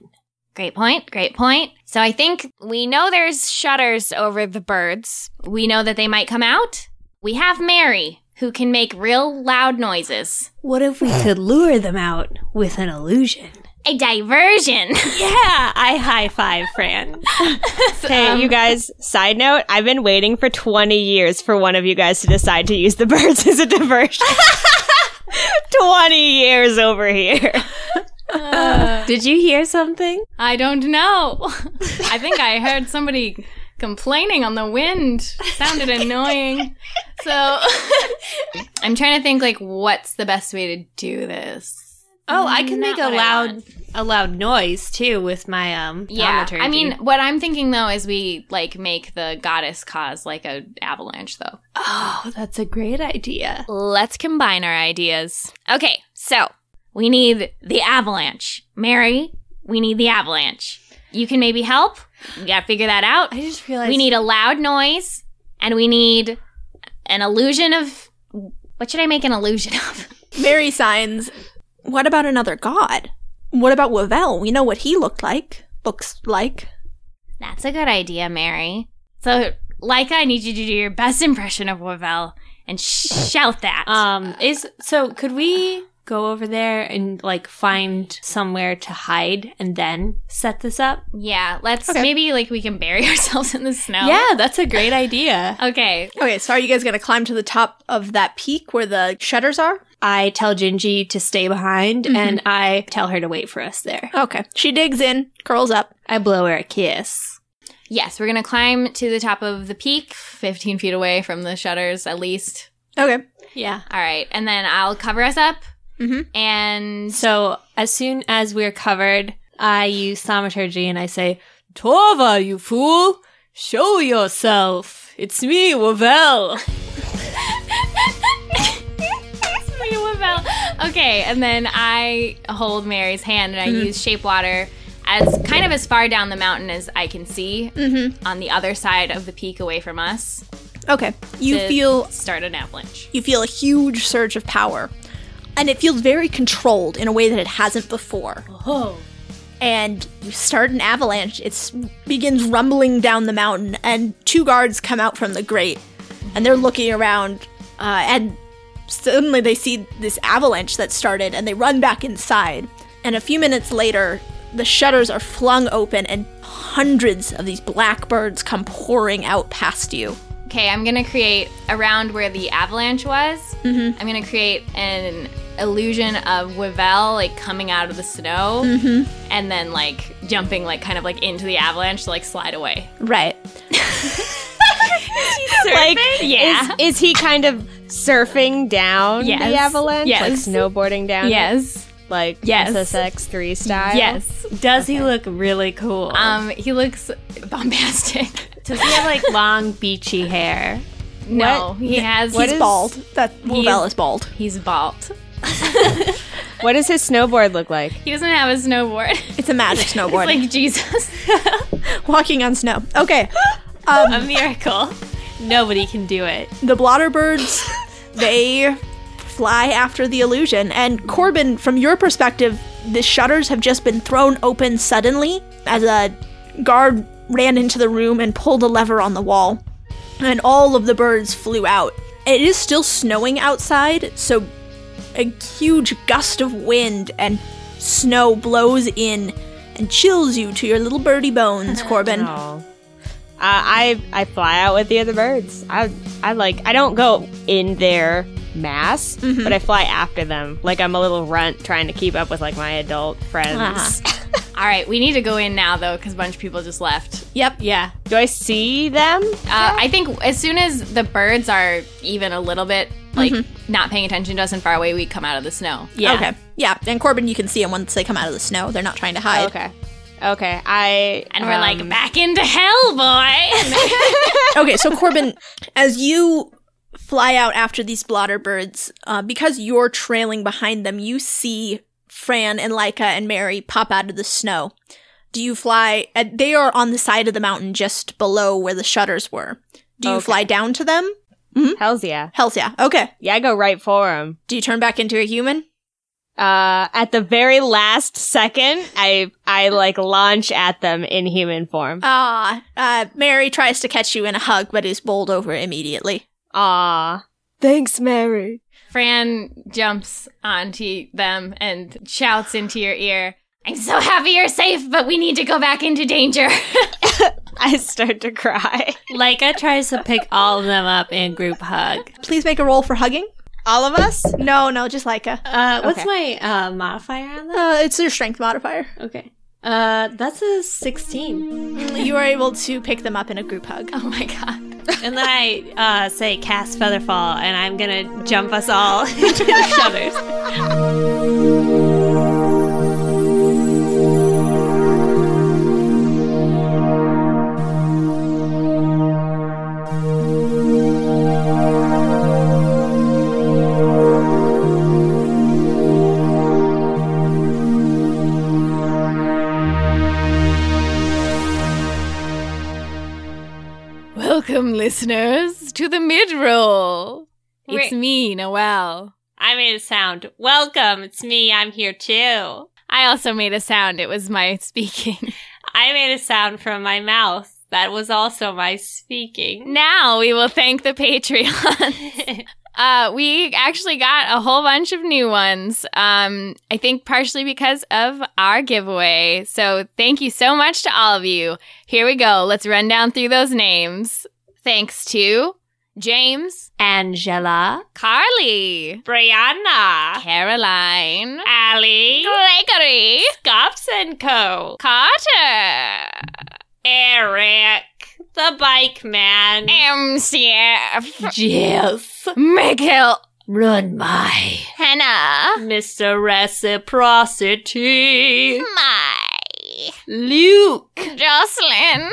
Speaker 4: Great point. Great point. So I think we know there's shutters over the birds. We know that they might come out. We have Mary, who can make real loud noises.
Speaker 3: What if we
Speaker 7: (sighs)
Speaker 3: could lure them out with an illusion?
Speaker 4: A diversion.
Speaker 7: Yeah, I high five Fran.
Speaker 6: (laughs) Hey, you guys, side note, I've been waiting for 20 years for one of you guys to decide to use the birds as a diversion. 20 years over here.
Speaker 7: Did you hear something?
Speaker 4: I don't know. (laughs) I think I heard somebody complaining on the wind. Sounded annoying. So (laughs) I'm trying to think like what's the best way to do this.
Speaker 7: Oh, I can
Speaker 4: Not
Speaker 7: make a
Speaker 4: what I
Speaker 7: loud
Speaker 4: want.
Speaker 7: a loud noise too with my um
Speaker 4: Yeah.
Speaker 7: thaumaturgy.
Speaker 4: I mean, what I'm thinking though is we like make the goddess cause like a avalanche though.
Speaker 7: oh, that's a great idea.
Speaker 4: Let's combine our ideas. Okay, so we need the avalanche. Mary, we need the avalanche. You can maybe help. We gotta figure that out.
Speaker 7: I just realized
Speaker 4: We need a loud noise and we need an illusion of. What should I make an illusion of?
Speaker 5: Mary signs. What about another god? What about Wavel? We know what he looked like. Looks like.
Speaker 4: That's a good idea, Mary. So, Leica, I need you to do your best impression of Wavel and shout that.
Speaker 7: um is so could we go over there and like find somewhere to hide and then set this up?
Speaker 4: yeah, let's maybe like we can bury (laughs) ourselves in the snow.
Speaker 7: Yeah, that's a great idea.
Speaker 4: Okay.
Speaker 5: Okay, so are you guys gonna climb to the top of that peak where the shutters are?
Speaker 7: I tell Gingy to stay behind and I tell her to wait for us there.
Speaker 5: Okay. She digs in, curls up.
Speaker 7: I blow her a kiss.
Speaker 4: Yes, we're gonna climb to the top of the peak, 15 feet away from the shutters at least.
Speaker 5: Okay.
Speaker 7: Yeah.
Speaker 4: All right, and then I'll cover us up.
Speaker 5: Mhm.
Speaker 4: And
Speaker 7: So as soon as we're covered, I use thaumaturgy and I say, Torva, you fool! Show yourself! It's me, Wavel!
Speaker 4: Sorry, Wavell. okay, and then I hold Mary's hand and I use shape water as kind of as far down the mountain as I can see on the other side of the peak away from us.
Speaker 5: Okay. You
Speaker 4: to
Speaker 5: feel
Speaker 4: start an avalanche.
Speaker 5: you feel a huge surge of power. And it feels very controlled in a way that it hasn't before. Oh. And you start an avalanche. It begins rumbling down the mountain, and two guards come out from the grate. And they're looking around, uh, and suddenly they see this avalanche that started, and they run back inside. And a few minutes later, the shutters are flung open, and hundreds of these blackbirds come pouring out past you.
Speaker 4: Okay, I'm gonna create around where the avalanche was. I'm gonna create an illusion of Wavel like coming out of the snow and then like jumping like kind of like into the avalanche to like slide away.
Speaker 5: Right.
Speaker 6: Like,
Speaker 4: Yeah.
Speaker 6: is, is he kind of surfing down
Speaker 4: Yes.
Speaker 6: the avalanche? Like
Speaker 4: Yes.
Speaker 6: snowboarding down?
Speaker 4: Yes.
Speaker 6: it? Like
Speaker 4: Yes.
Speaker 6: SSX3 style?
Speaker 4: Yes.
Speaker 7: Does he look really cool?
Speaker 4: Um, he looks bombastic.
Speaker 7: (laughs) Does he have like long beachy hair?
Speaker 4: No, he has.
Speaker 5: He's bald. That Wobel is bald.
Speaker 4: He's bald.
Speaker 6: What does his snowboard look like?
Speaker 4: He doesn't have a snowboard. (laughs) It's
Speaker 5: It's a magic snowboard.
Speaker 4: like Jesus.
Speaker 5: (laughs) walking on snow. Okay. um,
Speaker 7: A miracle. Nobody can do it.
Speaker 5: The blotterbirds, they fly after the illusion. And Corbin, from your perspective, the shutters have just been thrown open suddenly as a guard ran into the room and pulled a lever on the wall. And all of the birds flew out. It is still snowing outside, so a huge gust of wind and snow blows in and chills you to your little birdie bones, Corbin.
Speaker 6: Oh. Uh, I I fly out with the other birds. I I like I don't go in their mass,
Speaker 9: Mm-hmm.
Speaker 6: but I fly after them. Like I'm a little runt trying to keep up with like my adult friends.
Speaker 9: Uh-huh. All right, we need to go in now though, because a bunch of people just left.
Speaker 4: Yeah.
Speaker 6: Do I see them?
Speaker 9: Uh, I think as soon as the birds are even a little bit like not paying attention to us and far away, we come out of the snow.
Speaker 4: Yeah.
Speaker 5: Okay. Yeah, and Corbin, you can see them once they come out of the snow. They're not trying to hide.
Speaker 6: Oh, Okay. Okay. I
Speaker 9: And we're like
Speaker 6: um,
Speaker 9: back into hell, boy.
Speaker 5: okay,
Speaker 6: (laughs)
Speaker 5: so Corbin, as you fly out after these blotter birds, uh, because you're trailing behind them, you see Fran and Leica and Mary pop out of the snow. Do you fly? Uh, they are on the side of the mountain just below where the shutters were. Do you
Speaker 6: Okay.
Speaker 5: fly down to them?
Speaker 9: "Hmm?"
Speaker 6: Hell's yeah.
Speaker 5: Hells yeah. Okay.
Speaker 6: Yeah, I go right for them.
Speaker 5: Do you turn back into a human?
Speaker 6: Uh, at the very last second, I I like launch at them in human form.
Speaker 9: Uh-huh.
Speaker 5: Ah, uh, Mary tries to catch you in a hug, but is bowled over immediately.
Speaker 6: Ah,
Speaker 4: Thanks, Mary.
Speaker 9: Fran jumps onto them and shouts into your ear, I'm so happy you're safe, but we need to go back into danger.
Speaker 6: (laughs) I start to cry.
Speaker 3: Leica tries to pick all of them up in group hug.
Speaker 5: Please make a roll for hugging.
Speaker 6: All of us?
Speaker 5: No, no, just Leica.
Speaker 3: Uh, what's
Speaker 6: Okay.
Speaker 3: my uh, modifier on that?
Speaker 5: Uh, it's your strength modifier.
Speaker 3: Okay. Uh, that's a 16.
Speaker 5: you are able to pick them up in a group hug.
Speaker 9: oh my god.
Speaker 3: And then I uh, say cast Featherfall, and I'm gonna jump us all (laughs) into the shutters.
Speaker 9: Welcome, listeners, to the mid roll.
Speaker 3: It's
Speaker 9: me, Noel.
Speaker 3: I made a sound. Welcome, it's me, I'm here too.
Speaker 9: I also made a sound. It was my (laughs) speaking.
Speaker 3: I made a sound from my mouth. That was also my speaking.
Speaker 9: Now we will thank the Patreon.
Speaker 3: (laughs)
Speaker 9: Uh, we actually got a whole bunch of new ones. Um, I think partially because of our giveaway. So thank you so much to all of you. Here we go. Let's run down through those names. Thanks to James,
Speaker 3: Angela,
Speaker 9: Carly,
Speaker 3: Brianna,
Speaker 9: Caroline,
Speaker 3: Allie,
Speaker 9: Gregory,
Speaker 3: Scops and Co.,
Speaker 9: Carter,
Speaker 3: Eric, the Bike Man,
Speaker 9: MCF,
Speaker 3: Jeff,
Speaker 9: Mikkel,
Speaker 3: Run My,
Speaker 9: Hannah,
Speaker 3: Mr. Reciprocity,
Speaker 9: Mai.
Speaker 3: Luke,
Speaker 9: Jocelyn.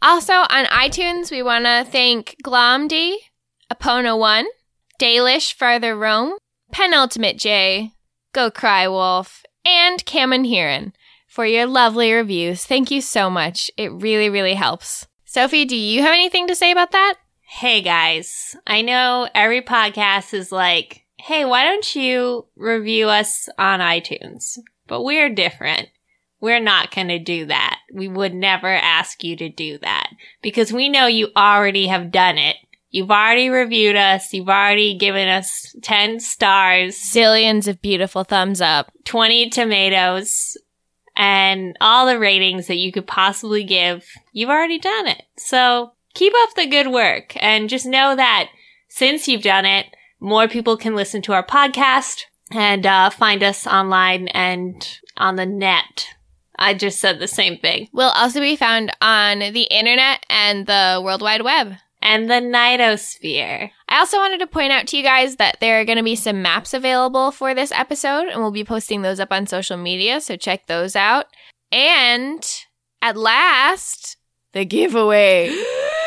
Speaker 9: Also on iTunes, we want to thank Glomdy, Apona1, Dalish Farther Rome, Penultimate J, Go Cry Wolf, and Cameron Heron for your lovely reviews. Thank you so much. It really, really helps. Sophie, do you have anything to say about that?
Speaker 3: Hey guys, I know every podcast is like, hey, why don't you review us on iTunes? But we're different. We're not going to do that. We would never ask you to do that because we know you already have done it. You've already reviewed us. You've already given us 10 stars,
Speaker 9: Zillions of beautiful thumbs up.
Speaker 3: 20 tomatoes, and all the ratings that you could possibly give. You've already done it. So keep up the good work and just know that since you've done it, more people can listen to our podcast and uh, find us online and on the net. I just said the same thing.
Speaker 9: We'll also be found on the internet and the World Wide Web.
Speaker 3: And the Nidosphere.
Speaker 9: I also wanted to point out to you guys that there are going to be some maps available for this episode, and we'll be posting those up on social media, so check
Speaker 3: (gasps)
Speaker 9: those out. And at last, the giveaway.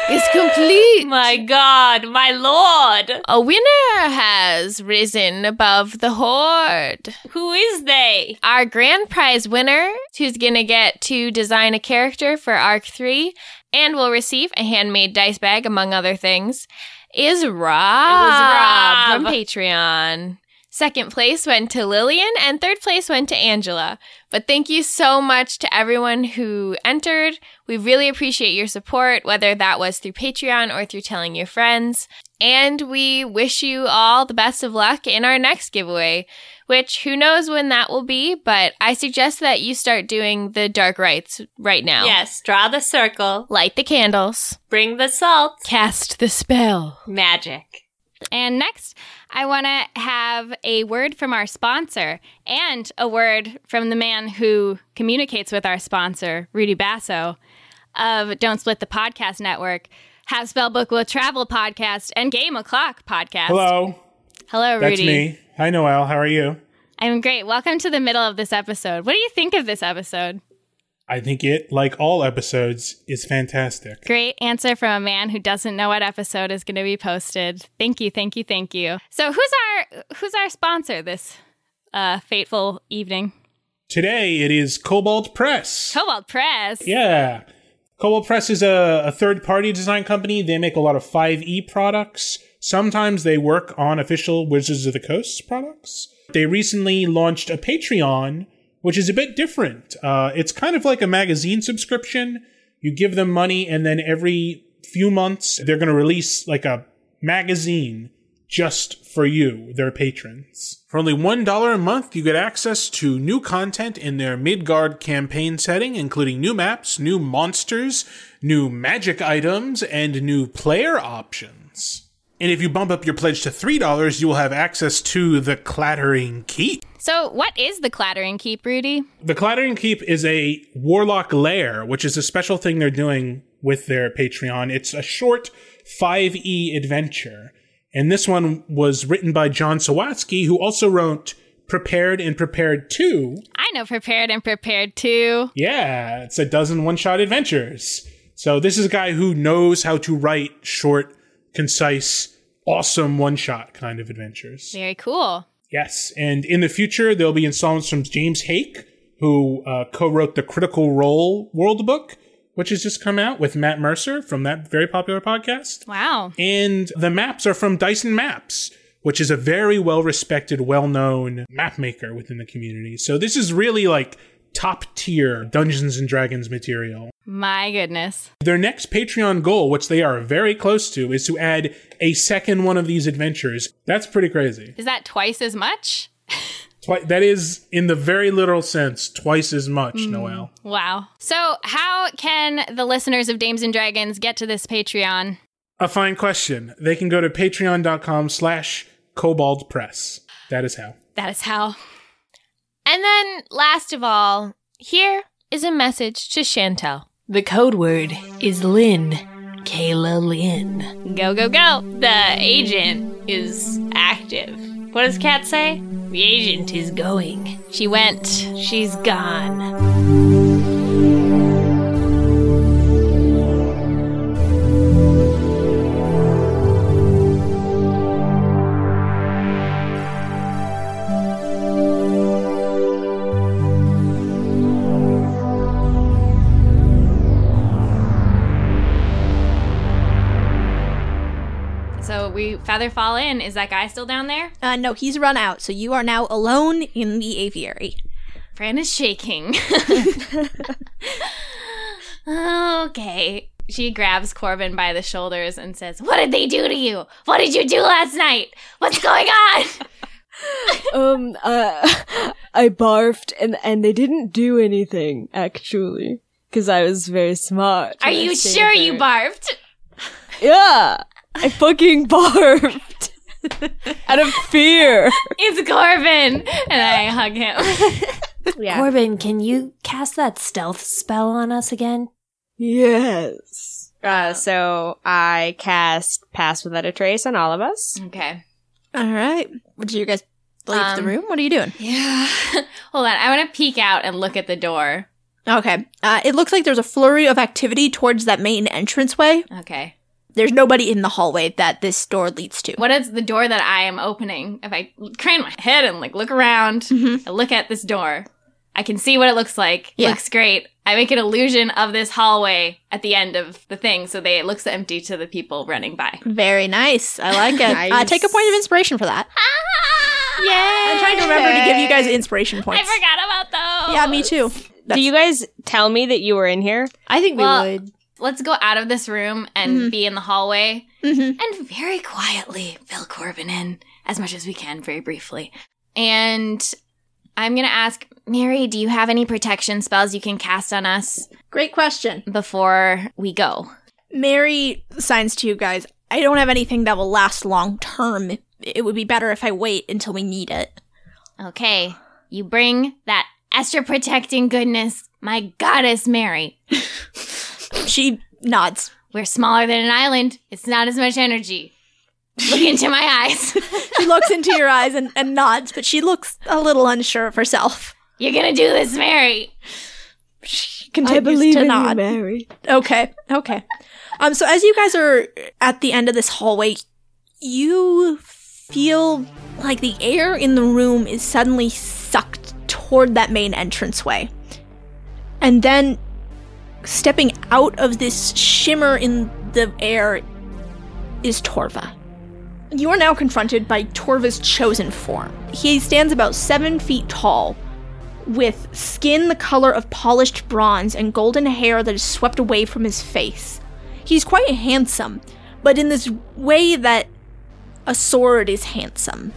Speaker 9: is complete.
Speaker 3: My god, my lord!
Speaker 9: A winner has risen above the horde.
Speaker 3: Who is they?
Speaker 9: Our grand prize winner, who's going to get to design a character for Arc 3 and will receive a handmade dice bag, among other things, is Rob,
Speaker 3: Rob.
Speaker 9: from Patreon. Second place went to Lillian, and third place went to Angela. But thank you so much to everyone who entered. We really appreciate your support, whether that was through Patreon or through telling your friends. And we wish you all the best of luck in our next giveaway, which who knows when that will be, but I suggest that you start doing the dark rites right now.
Speaker 3: Yes, draw the circle,
Speaker 9: Light the candles,
Speaker 3: bring the salt,
Speaker 9: cast the spell.
Speaker 3: magic.
Speaker 4: And next, I want to have a word from our sponsor and a word from the man who communicates with our sponsor, Rudy Basso of Don't Split the Podcast Network, Have Spellbook Will Travel podcast, and Game O'Clock podcast.
Speaker 8: Hello,
Speaker 4: Hello, Rudy.
Speaker 8: that's me. Hi, Noel. How are you?
Speaker 4: I'm great. Welcome to the middle of this episode. What do you think of this episode?
Speaker 8: I think it, like all episodes, is fantastic.
Speaker 4: Great answer from a man who doesn't know what episode is going to be posted. Thank you, thank you, thank you. So, who's our who's our sponsor this uh, fateful evening?
Speaker 8: Today it is Cobalt Press.
Speaker 4: Cobalt Press.
Speaker 8: Yeah. Cobalt Press is a, a third party design company. They make a lot of 5e products. Sometimes they work on official Wizards of the Coast products. They recently launched a Patreon, which is a bit different. Uh, it's kind of like a magazine subscription. You give them money, and then every few months, they're going to release like a magazine just for you, their patrons. For only $1 a month, you get access to new content in their Midgard campaign setting, including new maps, new monsters, new magic items, and new player options. And if you bump up your pledge to $3, you will have access to the Clattering Keep.
Speaker 4: So, what is the clattering keep, Rudy?
Speaker 8: The Clattering Keep is a warlock lair, which is a special thing they're doing with their Patreon. It's a short 5e adventure. And this one was written by John Sawatsky, who also wrote Prepared and Prepared 2.
Speaker 4: I know prepared and prepared too.
Speaker 8: Yeah, it's a dozen one shot adventures. So this is a guy who knows how to write short, concise, awesome one shot kind of adventures.
Speaker 4: Very cool.
Speaker 8: Yes, and in the future there'll be installments from James Hake, who uh, co-wrote the Critical Role World Book, which has just come out with Matt Mercer from that very popular podcast.
Speaker 4: Wow.
Speaker 8: And the maps are from Dyson Maps, which is a very well-respected, well-known map maker within the community. So this is really like top-tier Dungeons and Dragons material.
Speaker 4: My goodness.
Speaker 8: Their next Patreon goal, which they are very close to, is to add a second one of these adventures. That's pretty crazy.
Speaker 4: Is that twice as much?
Speaker 8: Twi- that is, in the very literal sense, twice as much, Noel.
Speaker 4: Wow. So, how can the listeners of Dames and Dragons get to this Patreon?
Speaker 8: A fine question. They can go to patreon.com slash cobalt press. That is how.
Speaker 4: That is how.
Speaker 9: And then, last of all, here is a message to Chantel.
Speaker 3: The code word is Lynn. Kayla Lynn.
Speaker 9: Go, go, go.
Speaker 3: The agent is active. What does Kat say? The agent is going.
Speaker 4: She went.
Speaker 3: She's gone.
Speaker 4: So, we feather fall in. Is that guy still down there?
Speaker 5: Uh, no, he's run out, so you are now alone in the aviary.
Speaker 4: Fran is shaking. (laughs) okay. She grabs Corbin by the shoulders and says, What did they do to you? What did you do last night? What's going on?
Speaker 10: um uh (laughs) I barfed and and they didn't do anything actually cuz I was very smart.
Speaker 4: Are
Speaker 10: and I
Speaker 4: you
Speaker 10: stayed
Speaker 4: sure you
Speaker 10: there.
Speaker 4: barfed?
Speaker 10: Yeah. I fucking
Speaker 4: (laughs)
Speaker 10: barfed. Out of fear.
Speaker 4: It's Corbin. And I hug him.
Speaker 3: (laughs) Corbin, can you cast that stealth spell on us again?
Speaker 10: Yes.
Speaker 6: Uh, so I cast Pass Without a Trace on all of us.
Speaker 4: okay.
Speaker 5: All right. Do you guys leave the (laughs)
Speaker 4: Um,
Speaker 5: room? What are you doing?
Speaker 4: Yeah. Hold on. I want to peek out and look at the door.
Speaker 5: Okay. Uh, it looks like there's a flurry of activity towards that main entranceway.
Speaker 4: Okay.
Speaker 5: There's nobody in the hallway that this door leads to.
Speaker 4: What is the door that I am opening? If I crane my head and like look around, I look at this door. I can see what it looks like.
Speaker 5: Yeah.
Speaker 4: Looks great. I make an illusion of this hallway at the end of the thing, so they it looks empty to the people running by.
Speaker 5: Very nice. I like it. Uh, take a point of inspiration for that. I'm trying to remember
Speaker 4: (laughs)
Speaker 5: to give you guys inspiration points.
Speaker 4: I forgot about those.
Speaker 5: Yeah, me too.
Speaker 6: Do you guys tell me that you were in here?
Speaker 3: I think
Speaker 4: Well,
Speaker 3: we would. Mm-hmm.
Speaker 4: Let's go out of this room and be in the hallway
Speaker 5: Mhm.
Speaker 4: and very quietly fill Corbin in as much as we can, very briefly. And I'm going to ask Mary, do you have any protection spells you can cast on us
Speaker 5: Great question.
Speaker 4: before we go?
Speaker 5: Mary signs to you guys. I don't have anything that will last long term. It would be better if I wait until we need it.
Speaker 4: Okay, you bring that Esther protecting goodness, my goddess Mary.
Speaker 5: She nods.
Speaker 4: We're smaller than an island. It's not as much energy. Look into my eyes. (laughs)
Speaker 5: She looks into your eyes and, and nods, but she looks a little unsure of herself.
Speaker 4: You're gonna do this, Mary.
Speaker 10: (laughs)
Speaker 5: She
Speaker 10: I
Speaker 5: continues
Speaker 10: believe
Speaker 5: to
Speaker 10: in
Speaker 5: nod.
Speaker 10: you, Mary.
Speaker 5: Okay. Okay. Um so as you guys are at the end of this hallway, you feel like the air in the room is suddenly sucked toward that main entranceway. And then stepping out of this shimmer in the air is Torva. You are now confronted by Torva's chosen form. He stands about seven feet tall, with skin the color of polished bronze and golden hair that is swept away from his face. He's quite handsome, but in this way that a sword is handsome.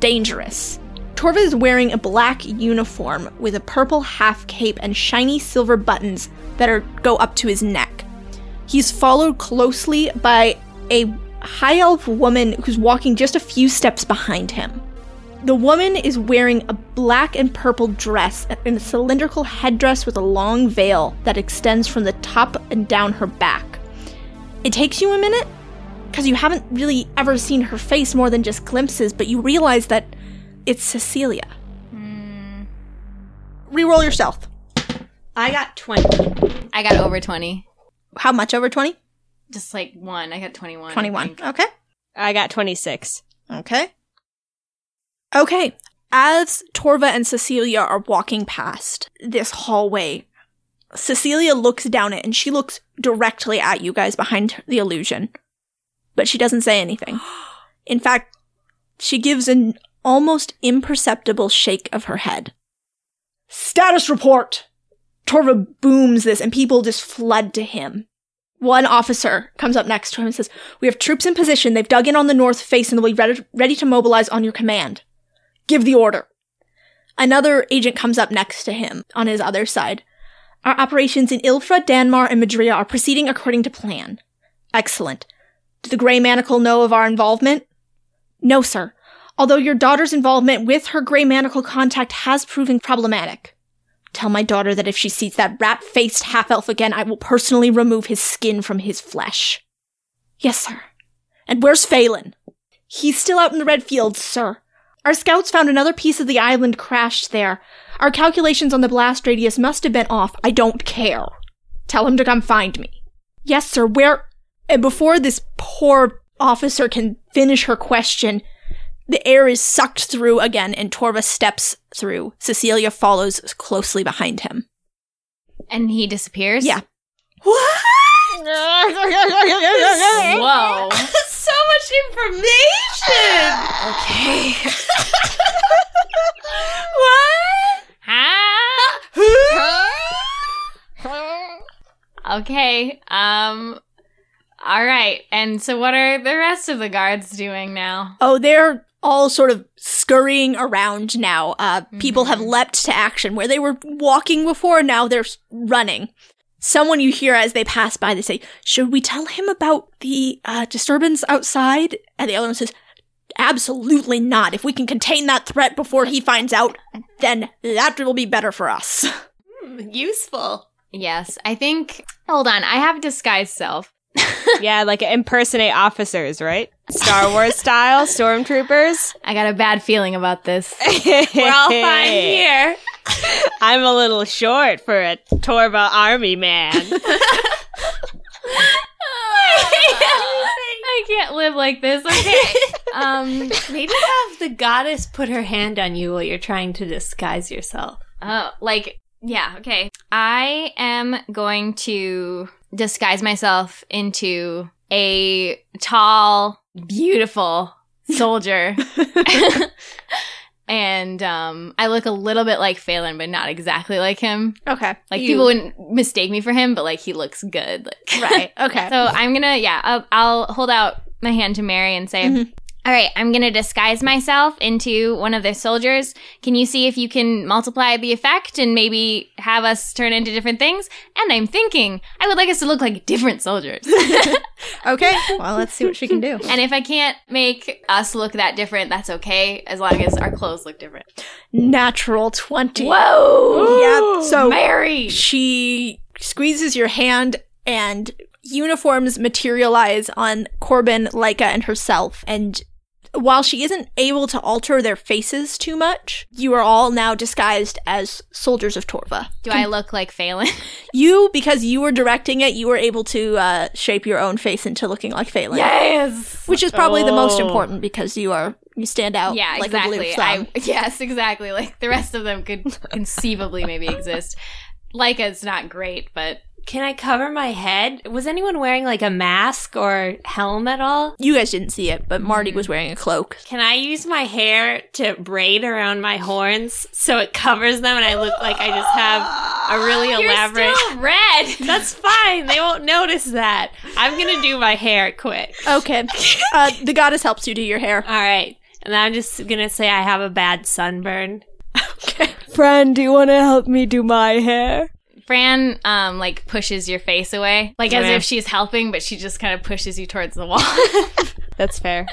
Speaker 5: Dangerous. Torva is wearing a black uniform with a purple half cape and shiny silver buttons that are go up to his neck. He's followed closely by a high elf woman who's walking just a few steps behind him. The woman is wearing a black and purple dress and a cylindrical headdress with a long veil that extends from the top and down her back. It takes you a minute because you haven't really ever seen her face more than just glimpses, but you realize that it's Cecilia.
Speaker 4: Hmm.
Speaker 5: Reroll yourself.
Speaker 3: I got 20.
Speaker 4: I got over 20.
Speaker 5: How much over 20?
Speaker 4: Just like one. I got 21. I
Speaker 5: 21.
Speaker 4: think.
Speaker 5: Okay.
Speaker 6: I got
Speaker 3: (laughs)
Speaker 6: 26.
Speaker 5: Okay. Okay. As Torva and Cecilia are walking past this hallway, Cecilia looks down it and she looks directly at you guys behind the illusion. But she doesn't say (gasps) anything. In fact, she gives an almost imperceptible shake of her head. Status report! Torva booms this and people just flood to him. One officer comes up next to him and says, We have troops in position. They've dug in on the north face and will be ready, ready to mobilize on your command. Give the order. Another agent comes up next to him on his other side. Our operations in Ilfra, Danmar, and Madria are proceeding according to plan. Excellent. Did the Grey Manacle know of our involvement? No, sir. Although your daughter's involvement with her Grey Manacle contact has proven problematic. Tell my daughter that if she sees that rat faced half elf again, I will personally remove his skin from his flesh. Yes, sir. And where's Phelan? He's still out in the red fields, sir. Our scouts found another piece of the island crashed there. Our calculations on the blast radius must have been off. I don't care. Tell him to come find me. Yes, sir. Where? And before this poor officer can finish her question, the air is sucked through again, and Torva steps through. Cecilia follows closely behind him.
Speaker 4: And he disappears?
Speaker 5: Yeah. What?
Speaker 4: Whoa.
Speaker 6: so much
Speaker 10: (laughs)
Speaker 6: information!
Speaker 4: Okay.
Speaker 6: (laughs)
Speaker 3: (laughs)
Speaker 4: Ah. okay. Um. All right. And so, what are the rest of the guards doing now?
Speaker 5: Oh, they're all sort of scurrying around now. Uh, People have leapt to action where they were walking before. Now they're s- running. Someone you hear as they pass by, they say, "Should we tell him about the uh, disturbance outside?" And the other one says, "Absolutely not. If we can contain that threat before he finds out, then that will be better for us."
Speaker 4: Useful. Yes, I think. Hold on. I have disguise self.
Speaker 6: (laughs) yeah, like impersonate officers, right? Star Wars style stormtroopers.
Speaker 9: I got a bad feeling about this.
Speaker 6: We're
Speaker 9: all fine here.
Speaker 6: (laughs) I'm a little short for a Torva army man.
Speaker 9: I can't live like this. Okay.
Speaker 3: (laughs)
Speaker 9: Um.
Speaker 3: Maybe have the goddess put her hand on you while you're trying to disguise yourself.
Speaker 9: Oh, like yeah. Okay. I am going to disguise myself into a tall, beautiful soldier. (laughs) And um, I look a little bit like Phelan, but not exactly like him.
Speaker 5: Okay.
Speaker 9: Like people wouldn't mistake me for him, but like he looks good. Like
Speaker 5: Right. Okay.
Speaker 9: So I'm gonna, yeah, I'll, I'll hold out my hand to Mary and say,
Speaker 5: Mhm.
Speaker 9: "All right, I'm gonna disguise myself into one of the soldiers. Can you see if you can multiply the effect and maybe have us turn into different things? And I'm thinking I would like us to look like different soldiers.
Speaker 5: (laughs) okay. Well, let's see what she can do.
Speaker 9: (laughs) and if I can't make us look that different, that's okay, as long as our clothes look different.
Speaker 5: Natural 20. Whoa. Yeah.
Speaker 9: (gasps)
Speaker 5: So
Speaker 9: Mary,
Speaker 5: she squeezes your hand and uniforms materialize on Corbin, Leica, and herself. And while she isn't able to alter their faces too much, you are all now disguised as soldiers of Torva.
Speaker 9: do I look like Phelan? (laughs)
Speaker 5: You, because you were directing it, you were able to uh, shape your own face into looking like Phelan.
Speaker 9: Yes.
Speaker 5: Which is probably the most
Speaker 6: Oh.
Speaker 5: important because you are you stand out
Speaker 9: yeah,
Speaker 5: like a blue
Speaker 9: exactly.
Speaker 5: thumb.
Speaker 9: I, yes, exactly. Like the rest of them could conceivably maybe exist. Leica's not great, but
Speaker 3: Can I cover my head? Was anyone wearing like a mask or helm at all?
Speaker 5: you guys didn't see it, but Marty was wearing a cloak.
Speaker 3: Can I use my hair to braid around my horns so it covers them and I look like I just have a really elaborate.
Speaker 9: red.
Speaker 3: (laughs) That's fine. They won't notice that. I'm going to do my hair quick.
Speaker 9: (laughs)
Speaker 5: Okay. uh, the goddess helps you do your hair.
Speaker 3: All right. And I'm just going to say I have a bad sunburn.
Speaker 11: Fran, do you want to help me do my hair?
Speaker 9: Fran um like pushes your face away, like as if she's helping, but she just kind of pushes you towards the wall. (laughs)
Speaker 6: That's
Speaker 3: (laughs)
Speaker 6: fair.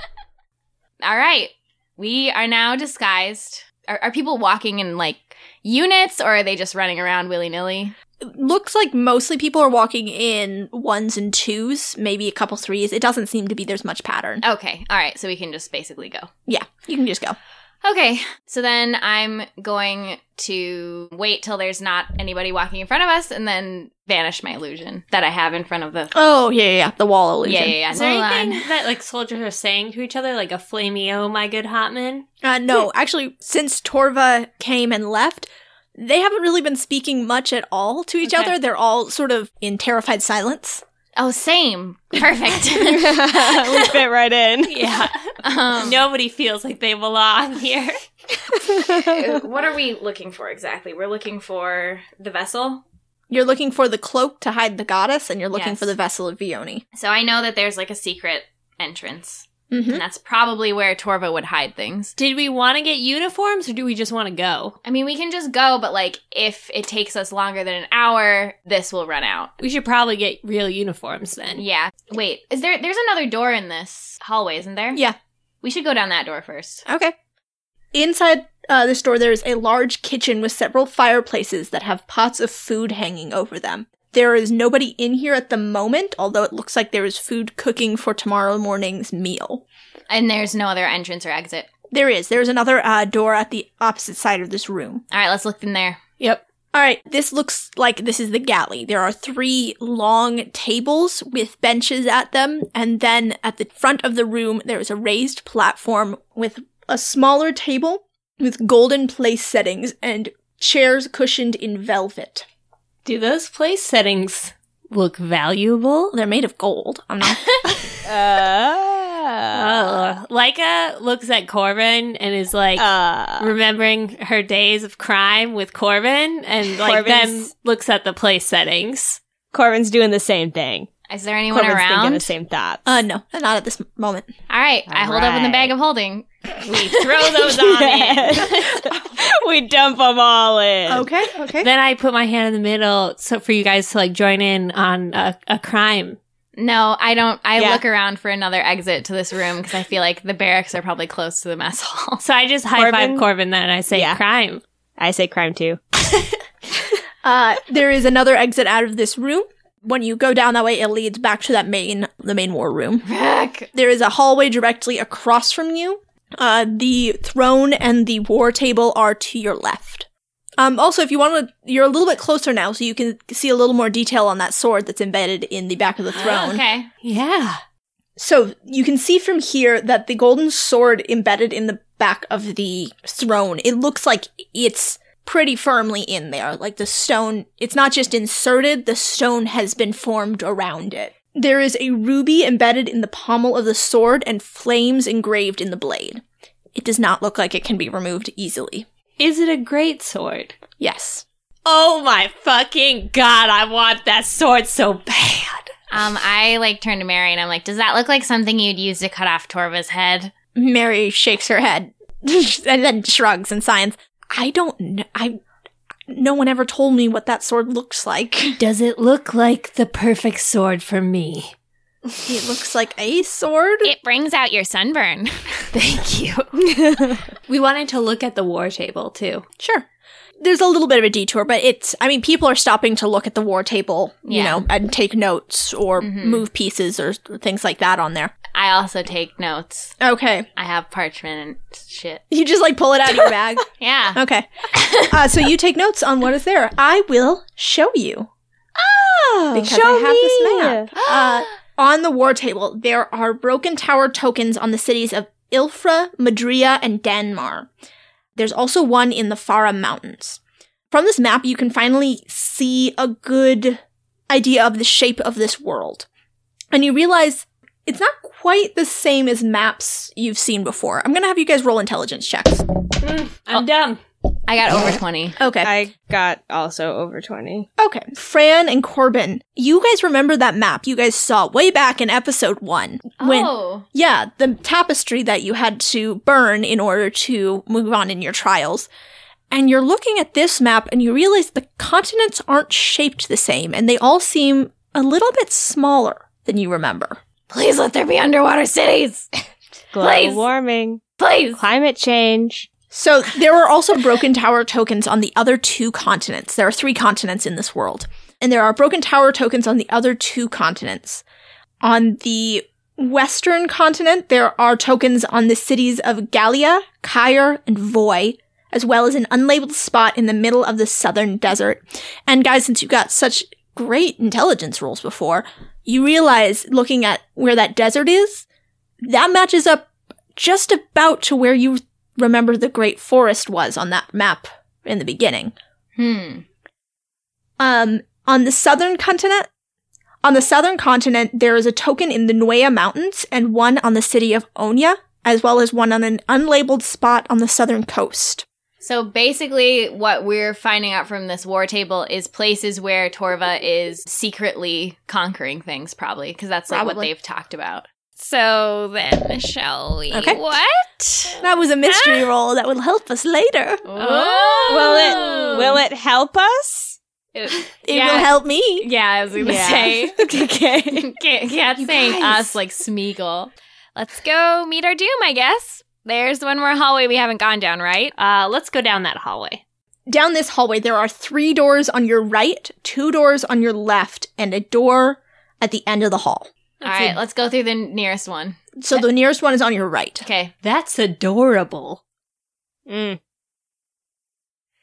Speaker 6: (laughs)
Speaker 9: All right, we are now disguised. Are, are people walking in like units, or are they just running around willy nilly?
Speaker 5: looks like mostly people are walking in ones and twos, maybe a couple threes. It doesn't seem to be there's much pattern.
Speaker 9: Okay, all right, so we can just basically go.
Speaker 5: Yeah, you can just go.
Speaker 9: Okay, so then I'm going to wait till there's not anybody walking in front of us and then vanish my illusion that I have in front of the.
Speaker 5: Oh yeah, yeah, yeah, the wall illusion.
Speaker 9: Yeah, yeah, yeah.
Speaker 3: Is there
Speaker 9: Hold
Speaker 3: anything (laughs)
Speaker 9: on.
Speaker 3: that like soldiers are saying to each other, like a flamey oh my good hotman?
Speaker 5: Uh, no, actually, since Torva came and left, they haven't really been speaking much at all to each
Speaker 3: Okay.
Speaker 5: other. They're all sort of in terrified silence.
Speaker 9: Oh, same. Perfect.
Speaker 6: we fit right in.
Speaker 3: Yeah.
Speaker 9: um,
Speaker 3: Nobody feels like they belong here.
Speaker 9: (laughs) What are we looking for exactly? We're looking for the vessel.
Speaker 5: You're looking for the cloak to hide the goddess, and you're looking
Speaker 9: Yes.
Speaker 5: for the vessel of Vioni.
Speaker 9: So I know that there's like a secret entrance,
Speaker 5: Mm-hmm.
Speaker 9: and that's probably where Torva would hide things.
Speaker 3: Did we want to get uniforms or do we just want to go?
Speaker 9: I mean, we can just go, but like if it takes us longer than an hour, this will run out.
Speaker 3: We should probably get real uniforms then.
Speaker 9: Yeah. Wait, is there there's another door in this hallway, isn't there?
Speaker 5: Yeah.
Speaker 9: We should go down that door first.
Speaker 5: Okay. Inside uh, the store, there is a large kitchen with several fireplaces that have pots of food hanging over them. There is nobody in here at the moment, although it looks like there is food cooking for tomorrow morning's meal.
Speaker 9: And there's no other entrance or exit.
Speaker 5: There is. There's another uh, door at the opposite side of this room.
Speaker 9: All right, let's look in there.
Speaker 5: All right, this looks like this is the galley. There are three long tables with benches at them, and then at the front of the room, there is a raised platform with a smaller table with golden place settings and chairs cushioned in velvet.
Speaker 3: Do those place settings look valuable?
Speaker 5: They're made of gold. I'm not.
Speaker 6: Uh,
Speaker 3: Oh, Leica looks at Corbin and is like
Speaker 6: uh,
Speaker 3: remembering her days of crime with Corbin and like then
Speaker 6: Corbin's-
Speaker 3: looks at the place settings.
Speaker 6: Corbin's doing the same thing.
Speaker 9: Is there anyone
Speaker 6: Corbin's thinking the
Speaker 9: around?
Speaker 6: same thoughts.
Speaker 5: uh, no, not at this moment.
Speaker 9: All right, I hold up in the
Speaker 6: Alright.
Speaker 9: bag of holding.
Speaker 3: We (laughs) throw those
Speaker 6: (laughs)
Speaker 3: on in.
Speaker 6: we dump them all in.
Speaker 5: Okay, okay.
Speaker 3: Then I put my hand in the middle so for you guys to like join in on a, a crime.
Speaker 9: No, I don't. I
Speaker 6: Yeah.
Speaker 9: look around for another exit to this room because I feel like the barracks are probably close to the mess (laughs) hall.
Speaker 3: So I just high five
Speaker 6: Corbin?
Speaker 3: Corbin then and I say
Speaker 6: Yeah.
Speaker 3: crime.
Speaker 6: I say crime too.
Speaker 5: Uh, there is another exit out of this room. when you go down that way, it leads back to that main the main war room. There is a hallway directly across from you. Uh, the throne and the war table are to your left. Um, also, if you want to, you're a little bit closer now, so you can see a little more detail on that sword that's embedded in the back of the throne.
Speaker 4: Okay.
Speaker 3: Yeah.
Speaker 5: So you can see from here that the golden sword embedded in the back of the throne, it looks like it's pretty firmly in there. Like the stone, it's not just inserted, the stone has been formed around it. There is a ruby embedded in the pommel of the sword and flames engraved in the blade. It does not look like it can be removed easily.
Speaker 3: Is it a great sword?
Speaker 5: Yes.
Speaker 3: Oh my fucking god, I want that sword so bad.
Speaker 4: Um, I like turn to Mary and I'm like, does that look like something you'd use to cut off Torva's head?
Speaker 5: Mary shakes her head (laughs) and then shrugs and signs. I don't know. I. No one ever told me what that sword looks like. (laughs)
Speaker 3: Does it look like the perfect sword for me?
Speaker 5: It looks like a sword.
Speaker 4: It brings out your
Speaker 9: (laughs)
Speaker 4: sunburn.
Speaker 3: Thank you. we wanted to look at the war table too.
Speaker 5: Sure. There's a little bit of a detour, but it's, I mean, people are stopping to look at the war table, you
Speaker 4: Yeah. Mm-hmm.
Speaker 5: know, and take notes or move pieces or things like that on there.
Speaker 4: I also take notes.
Speaker 5: Okay.
Speaker 4: I have parchment and shit.
Speaker 5: You just like pull it out of your
Speaker 4: (laughs)
Speaker 5: bag.
Speaker 4: Yeah.
Speaker 5: Okay. Uh, so you take notes on what is there. I will show you. Oh, because I have this map. Uh, on the war table, there are broken tower tokens on the cities of Ilfra, Madria, and Danmar. There's also one in the Fara Mountains. From this map, you can finally see a good idea of the shape of this world. And you realize it's not quite the same as maps you've seen before. I'm going to have you guys roll intelligence checks.
Speaker 3: I'm dumb.
Speaker 4: I got over 20.
Speaker 5: Okay.
Speaker 6: I got also over 20.
Speaker 5: Okay, Fran and Corbin, you guys remember that map you guys saw way back in episode one when,
Speaker 4: oh.
Speaker 5: yeah, the tapestry that you had to burn in order to move on in your trials. And you're looking at this map and you realize the continents aren't shaped the same and they all seem a little bit smaller than you remember.
Speaker 4: Please let there be underwater cities.
Speaker 6: Global
Speaker 4: Please.
Speaker 6: warming,
Speaker 4: Please.
Speaker 6: climate change.
Speaker 5: So there are also broken tower tokens on the other two continents. There are three continents in this world. And there are broken tower tokens on the other two continents. On the western continent, there are tokens on the cities of Gallia, Kyre, and Voy, as well as an unlabeled spot in the middle of the southern desert. And guys, since you got such great intelligence rolls before, you realize looking at where that desert is, that matches up just about to where you remember the great forest was on that map in the beginning.
Speaker 4: Hmm.
Speaker 5: Um, on the southern continent, on the southern continent, there is a token in the Nuea Mountains and one on the city of Onya, as well as one on an unlabeled spot on the southern coast.
Speaker 4: So basically, what we're finding out from this war table is places where Torva is secretly conquering things, probably, because that's like what
Speaker 5: Probably.
Speaker 4: they've talked about.
Speaker 9: So then, shall we?
Speaker 5: Okay.
Speaker 9: What?
Speaker 5: That was a mystery roll that will help us later.
Speaker 4: Oh.
Speaker 6: Will it will it help us?
Speaker 5: It
Speaker 4: Yeah.
Speaker 5: will help me.
Speaker 4: Yeah, I was gonna (laughs)
Speaker 6: Yeah.
Speaker 4: say.
Speaker 6: okay.
Speaker 4: Can't, can't say us like Smeagol.
Speaker 9: Let's go meet our doom, I guess. There's one more hallway we haven't gone down, right?
Speaker 3: Uh, let's go down that hallway.
Speaker 5: Down this hallway, there are three doors on your right, two doors on your left, and a door at the end of the hall.
Speaker 4: All right, let's go through the nearest one.
Speaker 5: So the nearest one is on your right.
Speaker 4: Okay.
Speaker 3: That's adorable.
Speaker 6: Mm.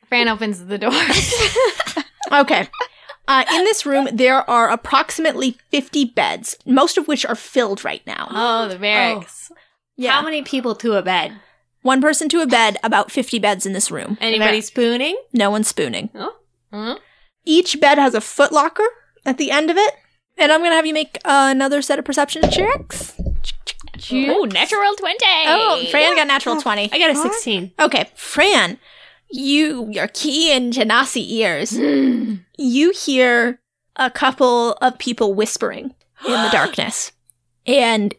Speaker 4: Fran opens the door.
Speaker 5: Okay. Uh, in this room, there are approximately 50 beds, most of which are filled right now.
Speaker 4: (laughs) oh, the barracks.
Speaker 5: Yeah.
Speaker 3: How many people to a bed?
Speaker 5: One person to a bed, about 50 beds in this room.
Speaker 3: Anybody spooning?
Speaker 5: No one spooning.
Speaker 4: Hmm?
Speaker 5: Each bed has a foot locker at the end of it. And I'm going to have you make uh, another set of perception checks.
Speaker 4: Oh, natural 20.
Speaker 5: Oh, Fran got natural 20.
Speaker 3: I got a 16.
Speaker 5: Okay, Fran, you, your key and Janasi (gasps) ears, you hear a couple of people whispering in (gasps) the darkness. And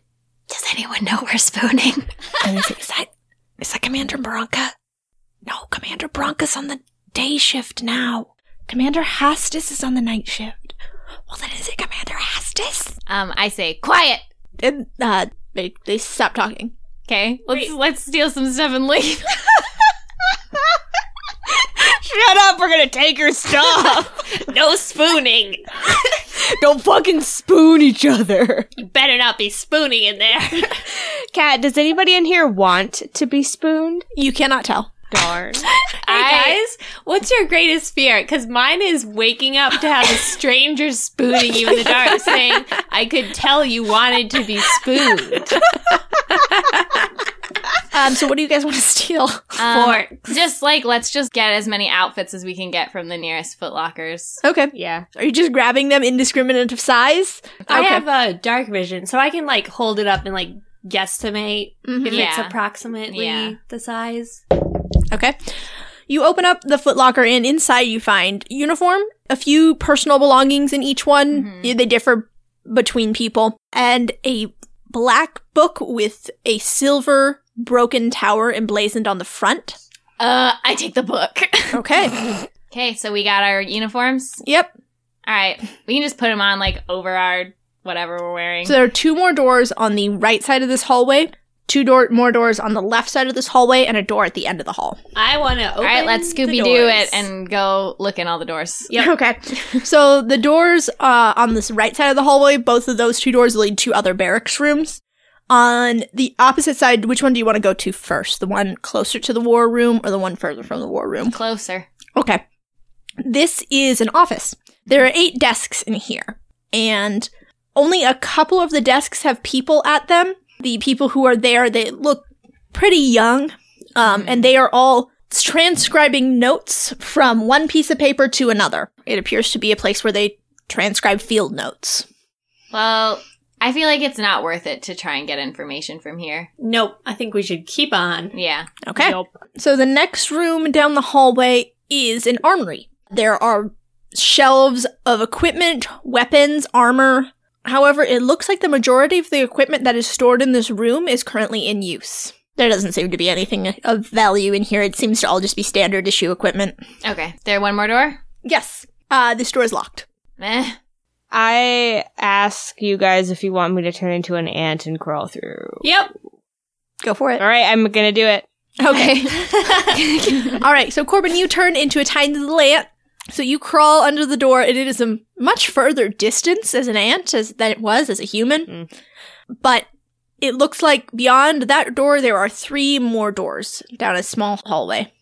Speaker 5: does anyone know we're spooning? (laughs) And it's- is, that, is that Commander Bronca? No, Commander Bronca's on the day shift now. Commander Hastis is on the night shift. Well, then is it Commander Hastis?
Speaker 4: Um, I say, quiet.
Speaker 5: And uh, they, they stop talking.
Speaker 4: Okay, let's let's steal some stuff and leave.
Speaker 3: (laughs)
Speaker 6: Shut up, we're gonna take her stuff.
Speaker 3: no spooning.
Speaker 10: (laughs) Don't fucking spoon each other.
Speaker 3: You better not be spooning in there. (laughs)
Speaker 6: Kat, does anybody in here want to be spooned?
Speaker 5: You cannot tell.
Speaker 6: Darn.
Speaker 4: I-
Speaker 3: Guys, what's your greatest fear? Because mine is waking up to (laughs) have a stranger spooning you in the dark, saying, "I could tell you wanted to be spooned."
Speaker 5: Um, so what do you guys want to steal?
Speaker 4: Um,
Speaker 3: Forks.
Speaker 4: Just like let's just get as many outfits as we can get from the nearest Foot Lockers.
Speaker 5: Okay.
Speaker 6: Yeah.
Speaker 5: Are you just grabbing them indiscriminate of size?
Speaker 3: I
Speaker 5: Okay.
Speaker 3: have a dark vision, so I can like hold it up and like guesstimate
Speaker 6: Mm-hmm.
Speaker 3: if it's
Speaker 4: Yeah.
Speaker 3: approximately
Speaker 4: Yeah.
Speaker 3: the size.
Speaker 5: Okay. You open up the Foot Locker and inside you find uniform, a few personal belongings in each one.
Speaker 3: Mm-hmm.
Speaker 5: Yeah, They differ between people, and a black book with a silver broken tower emblazoned on the front.
Speaker 4: Uh, I take the book.
Speaker 3: (laughs)
Speaker 5: Okay.
Speaker 4: okay, so we got our uniforms.
Speaker 5: yep.
Speaker 4: All right, we can just put them on like over our whatever we're wearing.
Speaker 5: So there are two more doors on the right side of this hallway, two door- more doors on the left side of this hallway, and a door at the end of the hall.
Speaker 3: I want to.
Speaker 4: All right, let's Scooby Doo it and go look in all the doors.
Speaker 3: Yep.
Speaker 5: Okay. so the doors uh, on this right side of the hallway, both of those two doors lead to other barracks rooms. On the opposite side, which one do you want to go to first? The one closer to the war room or the one further from the war room?
Speaker 4: Closer.
Speaker 5: Okay. This is an office. There are eight desks in here, and only a couple of the desks have people at them. The people who are there, they look pretty young,
Speaker 4: Hmm.
Speaker 5: um, and they are all transcribing notes from one piece of paper to another. It appears to be a place where they transcribe field notes.
Speaker 4: Well, I feel like it's not worth it to try and get information from here.
Speaker 3: Nope. I think we should
Speaker 6: (laughs)
Speaker 3: keep on.
Speaker 4: Yeah.
Speaker 5: Okay. So the next room down the hallway is an armory. There are shelves of equipment, weapons, armor. However, it looks like the majority of the equipment that is stored in this room is currently in use. There doesn't seem to be anything of value in here. It seems to all just be standard issue equipment.
Speaker 4: Okay. There one more door?
Speaker 5: Yes. Uh, this door is locked.
Speaker 4: Eh.
Speaker 6: I ask you guys if you want me to turn into an ant and crawl through.
Speaker 3: Yep.
Speaker 5: Go for it.
Speaker 6: All right, I'm gonna do it.
Speaker 5: Okay. (laughs) All right. So Corbin, you turn into a tiny little ant. So you crawl under the door, and it is a much further distance as an ant as than it was as a human.
Speaker 6: Mm.
Speaker 5: But it looks like beyond that door, there are three more doors down a small hallway.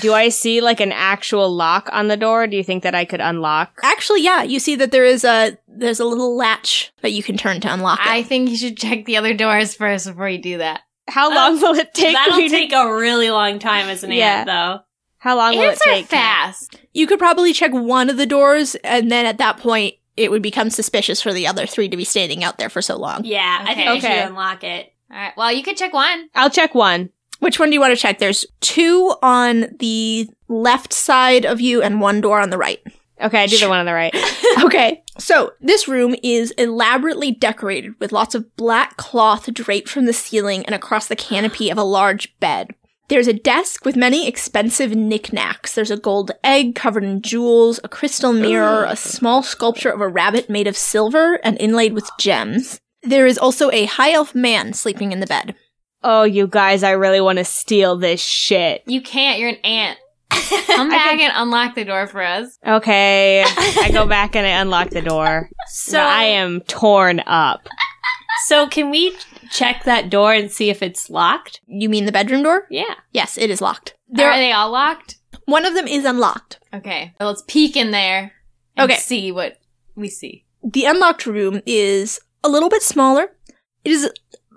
Speaker 6: Do I see like an actual lock on the door? Do you think that I could unlock?
Speaker 5: Actually, yeah, you see that there is a there's a little latch that you can turn to unlock.
Speaker 4: I
Speaker 5: It.
Speaker 4: think you should check the other doors first before you do that.
Speaker 6: How long
Speaker 4: Oh,
Speaker 6: will it take?
Speaker 3: That'll
Speaker 6: me to-
Speaker 3: take a really long time as an
Speaker 6: Yeah.
Speaker 3: ant, though.
Speaker 6: How long will it
Speaker 4: Ants are
Speaker 6: take? Kat?
Speaker 4: fast.
Speaker 5: You could probably check one of the doors, and then at that point, it would become suspicious for the other three to be standing out there for so long.
Speaker 3: Yeah, I think
Speaker 4: Okay.
Speaker 3: we
Speaker 6: Okay.
Speaker 3: should unlock it.
Speaker 4: All right. Well, you could check one.
Speaker 6: I'll check one.
Speaker 5: Which one do you want to check? There's two on the left side of you and one door on the right. (laughs)
Speaker 6: Okay, I do the one on the right.
Speaker 5: okay. So, this room is elaborately decorated with lots of black cloth draped from the ceiling and across the canopy of a large bed. There's a desk with many expensive knickknacks. There's a gold egg covered in jewels, a crystal mirror, a small sculpture of a rabbit made of silver and inlaid with gems. There is also a high elf man sleeping in the bed.
Speaker 6: Oh, you guys, I really want to steal this shit.
Speaker 4: You can't. You're an
Speaker 3: (laughs)
Speaker 4: ant. Come back and unlock the door for us.
Speaker 6: Okay, I
Speaker 3: (laughs)
Speaker 6: go back and I unlock the door.
Speaker 3: So
Speaker 6: So I am torn up.
Speaker 3: So can we check that door and see if it's locked?
Speaker 5: You mean the bedroom door?
Speaker 3: Yeah.
Speaker 5: Yes, it is locked.
Speaker 4: are they all locked?
Speaker 5: One of them is unlocked.
Speaker 4: Okay. Well, let's peek in there and
Speaker 5: Okay.
Speaker 4: see what we see.
Speaker 5: The unlocked room is a little bit smaller. It is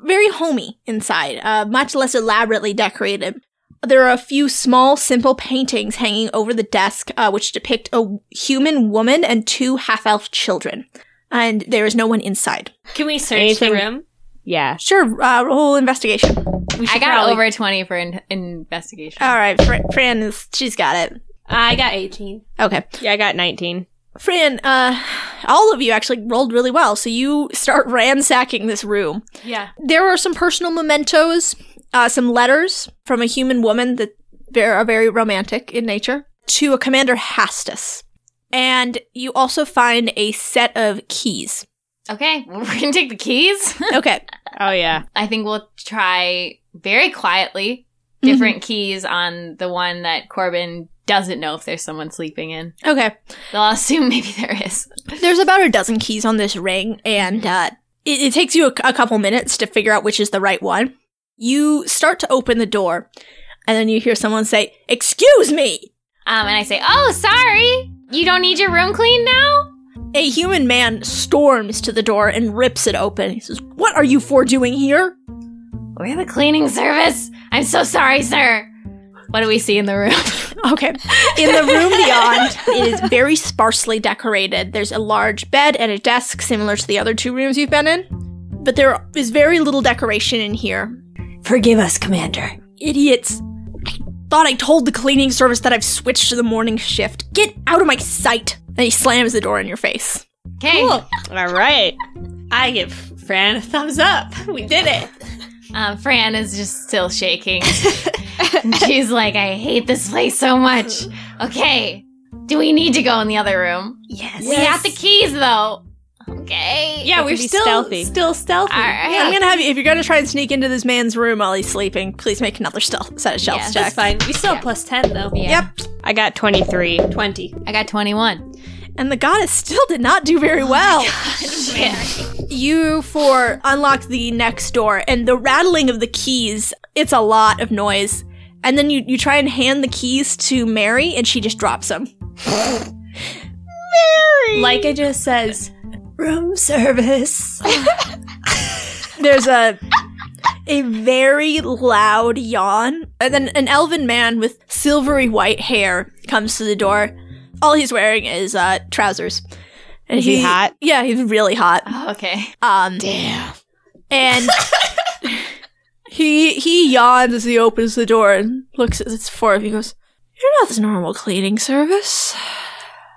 Speaker 5: very homey inside, uh, much less elaborately decorated. There are a few small, simple paintings hanging over the desk, uh, which depict a human woman and two half elf children. And there is no one inside.
Speaker 3: Can we search
Speaker 6: Anything-
Speaker 3: the room?
Speaker 6: Yeah.
Speaker 5: Sure, uh, roll investigation.
Speaker 3: We
Speaker 4: I
Speaker 3: should
Speaker 4: got
Speaker 3: probably-
Speaker 4: over 20 for in- investigation.
Speaker 5: All right, Fr- Fran is, she's got it.
Speaker 3: I got 18.
Speaker 5: Okay.
Speaker 6: Yeah, I got 19.
Speaker 5: Fran, uh, all of you actually rolled really well, so you start (laughs) ransacking this room.
Speaker 3: Yeah.
Speaker 5: There are some personal mementos, uh, some letters from a human woman that ver- are very romantic in nature to a Commander Hastus. And you also find a set of keys.
Speaker 4: Okay. (laughs) Well, we're going to take the keys.
Speaker 5: Okay.
Speaker 6: Oh, yeah.
Speaker 4: I think we'll try very quietly different keys on the one that Corbin doesn't know if there's someone sleeping in.
Speaker 5: Okay.
Speaker 4: They'll assume (laughs) maybe there is.
Speaker 5: There's about a dozen keys on this ring, and uh, it, it takes you a, a couple minutes to figure out which is the right one. You start to open the door, and then you hear someone say, Excuse me!
Speaker 4: Um, and I say, "Oh, sorry, you don't need your room cleaned now."
Speaker 5: A human man storms to the door and rips it open. He says, What are you for doing here?
Speaker 4: We're the cleaning service. I'm so sorry, sir. What do we see in the room?
Speaker 5: Okay. In the room beyond, it is very sparsely decorated. There's a large bed and a desk similar to the other two rooms you've been in, but there is very little decoration in here.
Speaker 3: Forgive us, Commander.
Speaker 5: Idiots. I thought I told the cleaning service that I've switched to the morning shift. Get out of my sight. And he slams the door in your face.
Speaker 4: Okay.
Speaker 6: All right.
Speaker 3: I give Fran a thumbs up. (laughs) We did it.
Speaker 4: Um, Fran is just still shaking. And She's like, "I hate this place so much." Okay. Do we need to go in the other room?
Speaker 3: Yes.
Speaker 4: We have the keys, though. Okay.
Speaker 3: Yeah, we're
Speaker 6: be
Speaker 3: still
Speaker 6: stealthy.
Speaker 3: still stealthy.
Speaker 4: All right.
Speaker 5: I'm gonna have you, if you're gonna try and sneak into this man's room while he's sleeping, please make another stealth set of stealth
Speaker 4: Yeah,
Speaker 5: check.
Speaker 3: That's fine. We still have plus ten though.
Speaker 4: Yeah.
Speaker 5: Yep.
Speaker 6: I got 23.
Speaker 3: 20.
Speaker 4: I got 21.
Speaker 5: And the goddess still did not do very well. you four unlock the next door and the rattling of the keys, it's a lot of noise. And then you, you try and hand the keys to Mary and she just drops them.
Speaker 3: Like it just says, room service.
Speaker 5: There's a a very loud yawn. And then an elven man with silvery white hair comes to the door. All he's wearing is uh, trousers. And
Speaker 6: Is he hot?
Speaker 5: Yeah, he's really hot.
Speaker 4: Oh, okay.
Speaker 5: Um,
Speaker 4: Damn. (laughs)
Speaker 5: and he he yawns as he opens the door and looks at the four of you. and Goes, "You're not the normal cleaning service."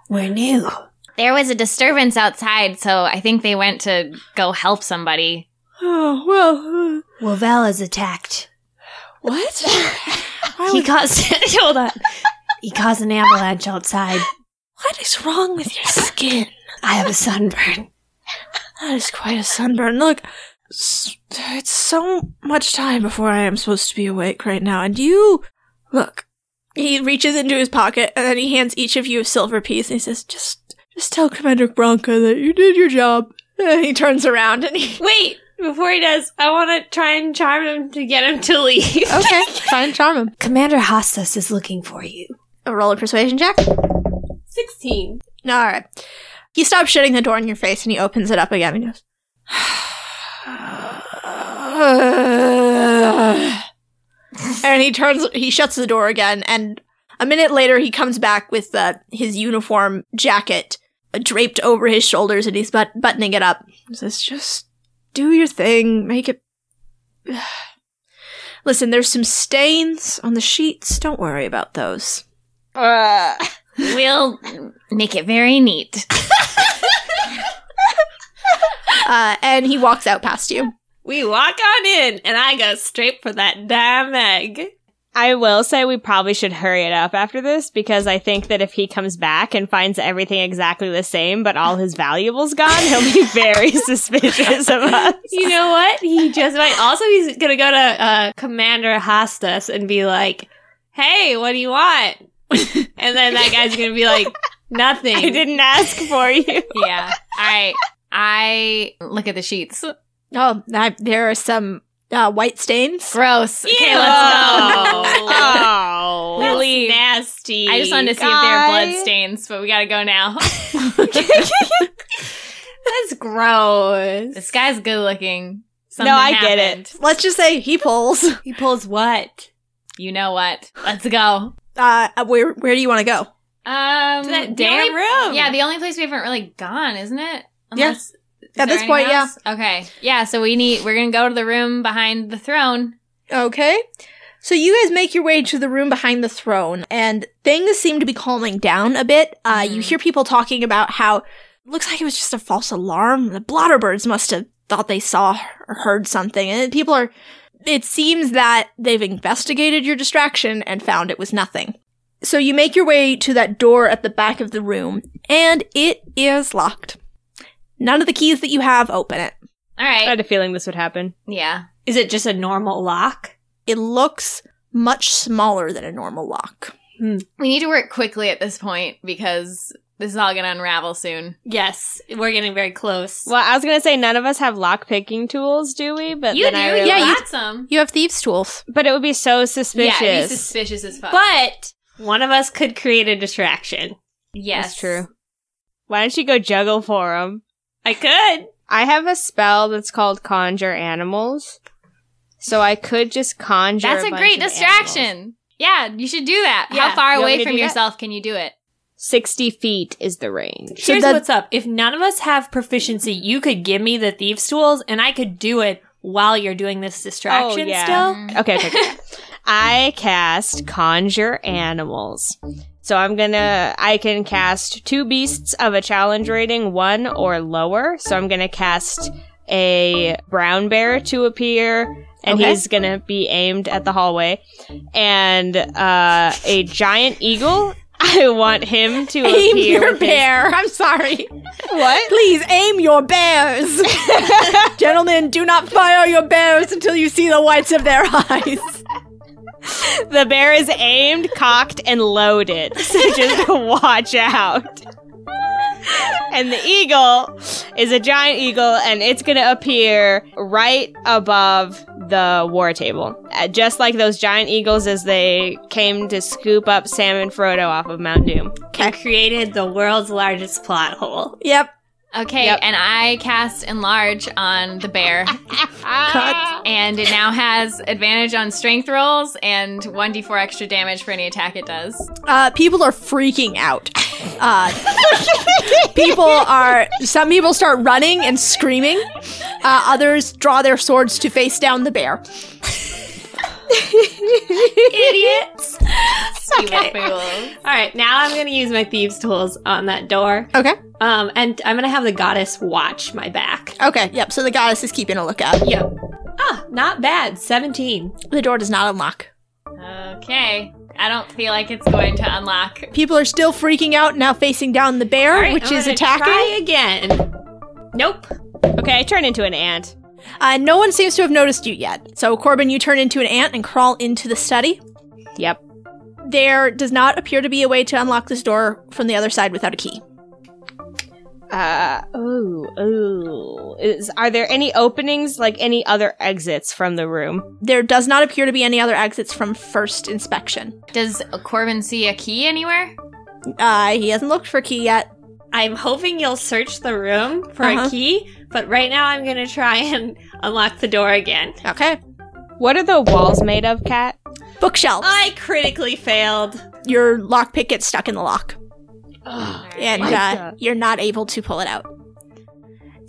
Speaker 3: We're new.
Speaker 4: There was a disturbance outside, so I think they went to go help somebody.
Speaker 5: Oh well. uh,
Speaker 3: Well, Val is
Speaker 9: (laughs)
Speaker 3: attacked.
Speaker 5: What? Why
Speaker 3: He
Speaker 5: would,
Speaker 3: caused. (laughs)
Speaker 9: (laughs)
Speaker 3: hold on. He caused an avalanche outside.
Speaker 5: what is wrong with your skin?
Speaker 3: I have a sunburn.
Speaker 5: That is quite a sunburn. Look, s- it's so much time before I am supposed to be awake right now, and you look. He reaches into his pocket and then he hands each of you a silver piece, and he says, "Just, just tell Commander Bronca that you did your job." And he turns around and he (laughs)
Speaker 3: Wait, before he does, I want to try and charm him to get him to leave.
Speaker 5: (laughs) Okay, try and charm him.
Speaker 3: Commander Hostas is looking for you.
Speaker 5: A roll of persuasion check.
Speaker 3: 16.
Speaker 5: All right. He stops shutting the door in your face and he opens it up again and goes. (sighs) and he turns, he shuts the door again, and a minute later he comes back with uh, his uniform jacket uh, draped over his shoulders and he's but- buttoning it up. He says, just do your thing, make it. (sighs) Listen, there's some stains on the sheets. Don't worry about those.
Speaker 4: We'll make it very neat.
Speaker 5: Uh, and he walks out past you.
Speaker 3: We walk on in, and I go straight for that damn egg.
Speaker 6: I will say we probably should hurry it up after this because I think that if he comes back and finds everything exactly the same but all his valuables gone, he'll be (laughs) very suspicious of us.
Speaker 3: You know what? He just might. Also, he's going to go to uh, Commander Hostas and be like, hey, what do you want? and then that guy's going to be like, nothing.
Speaker 6: (laughs) I didn't ask for you.
Speaker 4: yeah. All right. I look at the sheets.
Speaker 5: Oh, I, there are some uh, white stains.
Speaker 4: Gross. Okay, let's go.
Speaker 6: Oh.
Speaker 3: That's
Speaker 6: Lily.
Speaker 3: nasty.
Speaker 4: I just wanted to see if there are blood stains, but we gotta go now.
Speaker 6: (laughs)
Speaker 4: (laughs)
Speaker 3: That's gross.
Speaker 4: this guy's good looking.
Speaker 6: No, I get it.
Speaker 5: Let's just say he pulls.
Speaker 3: He pulls what?
Speaker 4: You know what? Let's go.
Speaker 5: Uh, where where do you want to go?
Speaker 4: Um,
Speaker 3: To that
Speaker 4: the
Speaker 3: damn
Speaker 4: only-
Speaker 3: room.
Speaker 4: Yeah, the only place we haven't really gone, isn't it? is
Speaker 5: At
Speaker 4: there
Speaker 5: this point,
Speaker 4: anyone
Speaker 5: yeah.
Speaker 4: else? Okay. Yeah, so we need we're gonna go to the room behind the throne.
Speaker 5: Okay. So you guys make your way to the room behind the throne, and things seem to be calming down a bit. Uh, You
Speaker 4: Mhm.
Speaker 5: hear people talking about how looks like it was just a false alarm. The blotterbirds must have thought they saw or heard something, and people are. It seems that they've investigated your distraction and found it was nothing. So you make your way to that door at the back of the room, and it is locked. None of the keys that you have open it.
Speaker 4: All
Speaker 6: I
Speaker 4: right.
Speaker 6: had a feeling this would happen.
Speaker 4: Yeah.
Speaker 3: Is it just a normal lock?
Speaker 5: It looks much smaller than a normal lock.
Speaker 9: We need to work quickly at this point because this is all going to unravel soon.
Speaker 3: Yes, we're getting very close.
Speaker 6: Well, I was gonna say none of us have lock picking tools, do we? But then I realized,
Speaker 4: yeah,
Speaker 5: you-
Speaker 4: some.
Speaker 5: You have thieves' tools.
Speaker 6: but it would be so suspicious.
Speaker 9: Yeah, it'd be suspicious as fuck.
Speaker 3: But one of us could create a distraction.
Speaker 4: Yes,
Speaker 6: That's true. Why don't you go juggle for them?
Speaker 3: I could.
Speaker 6: I have a spell that's called conjure animals, so I could just conjure.
Speaker 4: That's
Speaker 6: a
Speaker 4: a
Speaker 6: bunch
Speaker 4: great
Speaker 6: of
Speaker 4: distraction.
Speaker 6: animals.
Speaker 4: Yeah, you should do that.
Speaker 6: Yeah.
Speaker 4: How far
Speaker 6: You want me
Speaker 4: away
Speaker 6: to
Speaker 4: from
Speaker 6: do that?
Speaker 4: yourself can you do it?
Speaker 6: Sixty feet is the range.
Speaker 5: So
Speaker 3: Here's
Speaker 5: that-
Speaker 3: what's up. If none of us have proficiency, you could give me the thieves' tools, and I could do it while you're doing this distraction.
Speaker 6: Oh, yeah. Mm. (laughs)
Speaker 3: Still,
Speaker 6: Okay, okay, okay. I cast conjure animals. So I'm gonna I can cast two beasts of a challenge rating one or lower. So I'm gonna cast a brown bear to appear, and
Speaker 5: Okay.
Speaker 6: he's gonna be aimed at the hallway. And uh, a giant eagle. (laughs) I want him to
Speaker 5: Aim
Speaker 6: appear.
Speaker 5: your
Speaker 6: with his-
Speaker 5: bear. I'm sorry.
Speaker 6: What?
Speaker 5: Please aim your
Speaker 6: (laughs)
Speaker 5: bears. Gentlemen, do not fire your bears until you see the whites of their (laughs) eyes.
Speaker 6: The bear is aimed, cocked, and loaded. (laughs) So just watch out. And the eagle is a giant eagle, and it's going to appear right above the war table. Uh, Just like those giant eagles as they came to scoop up Sam and Frodo off of Mount Doom.
Speaker 3: and created the world's largest plot hole.
Speaker 5: Yep.
Speaker 9: Okay,
Speaker 6: Yep.
Speaker 9: and I cast enlarge on the bear. And it now has advantage on strength rolls and 1d4 extra damage for any attack it does.
Speaker 5: Uh, people are freaking out. (laughs) Uh, people are. Some people start running and screaming. Uh, others draw their swords to face down the bear.
Speaker 9: You fool.
Speaker 3: All right, now I'm going to use my thieves' tools on that door.
Speaker 5: Okay.
Speaker 3: Um, and I'm going to have the goddess watch my back.
Speaker 5: Okay. Yep. So the goddess is keeping a lookout.
Speaker 3: Yep. Ah, not bad. 17.
Speaker 5: The door does not unlock.
Speaker 9: Okay. I don't feel like it's going to unlock.
Speaker 5: People are still freaking out now, facing down the bear,
Speaker 3: All right,
Speaker 5: which
Speaker 3: I'm
Speaker 5: is
Speaker 3: gonna
Speaker 5: attacking.
Speaker 3: Try again. Nope.
Speaker 6: Okay, I turn into an ant.
Speaker 5: Uh, no one seems to have noticed you yet. So, Corbin, you turn into an ant and crawl into the study.
Speaker 6: Yep.
Speaker 5: There does not appear to be a way to unlock this door from the other side without a key.
Speaker 6: Uh, ooh, ooh. Is, are there any openings, like any other exits from the room?
Speaker 5: There does not appear to be any other exits from first inspection.
Speaker 9: Does Corbin see a key anywhere?
Speaker 5: Uh, he hasn't looked for a key yet.
Speaker 3: I'm hoping you'll search the room for
Speaker 5: Uh-huh.
Speaker 3: a key, but right now I'm going to try and (laughs) unlock the door again.
Speaker 5: Okay.
Speaker 6: What are the walls made of, Kat?
Speaker 5: Bookshelves.
Speaker 3: I critically failed.
Speaker 5: Your lockpick gets stuck in the lock, and
Speaker 6: Like
Speaker 5: uh,
Speaker 6: that.
Speaker 5: you're not able to pull it out.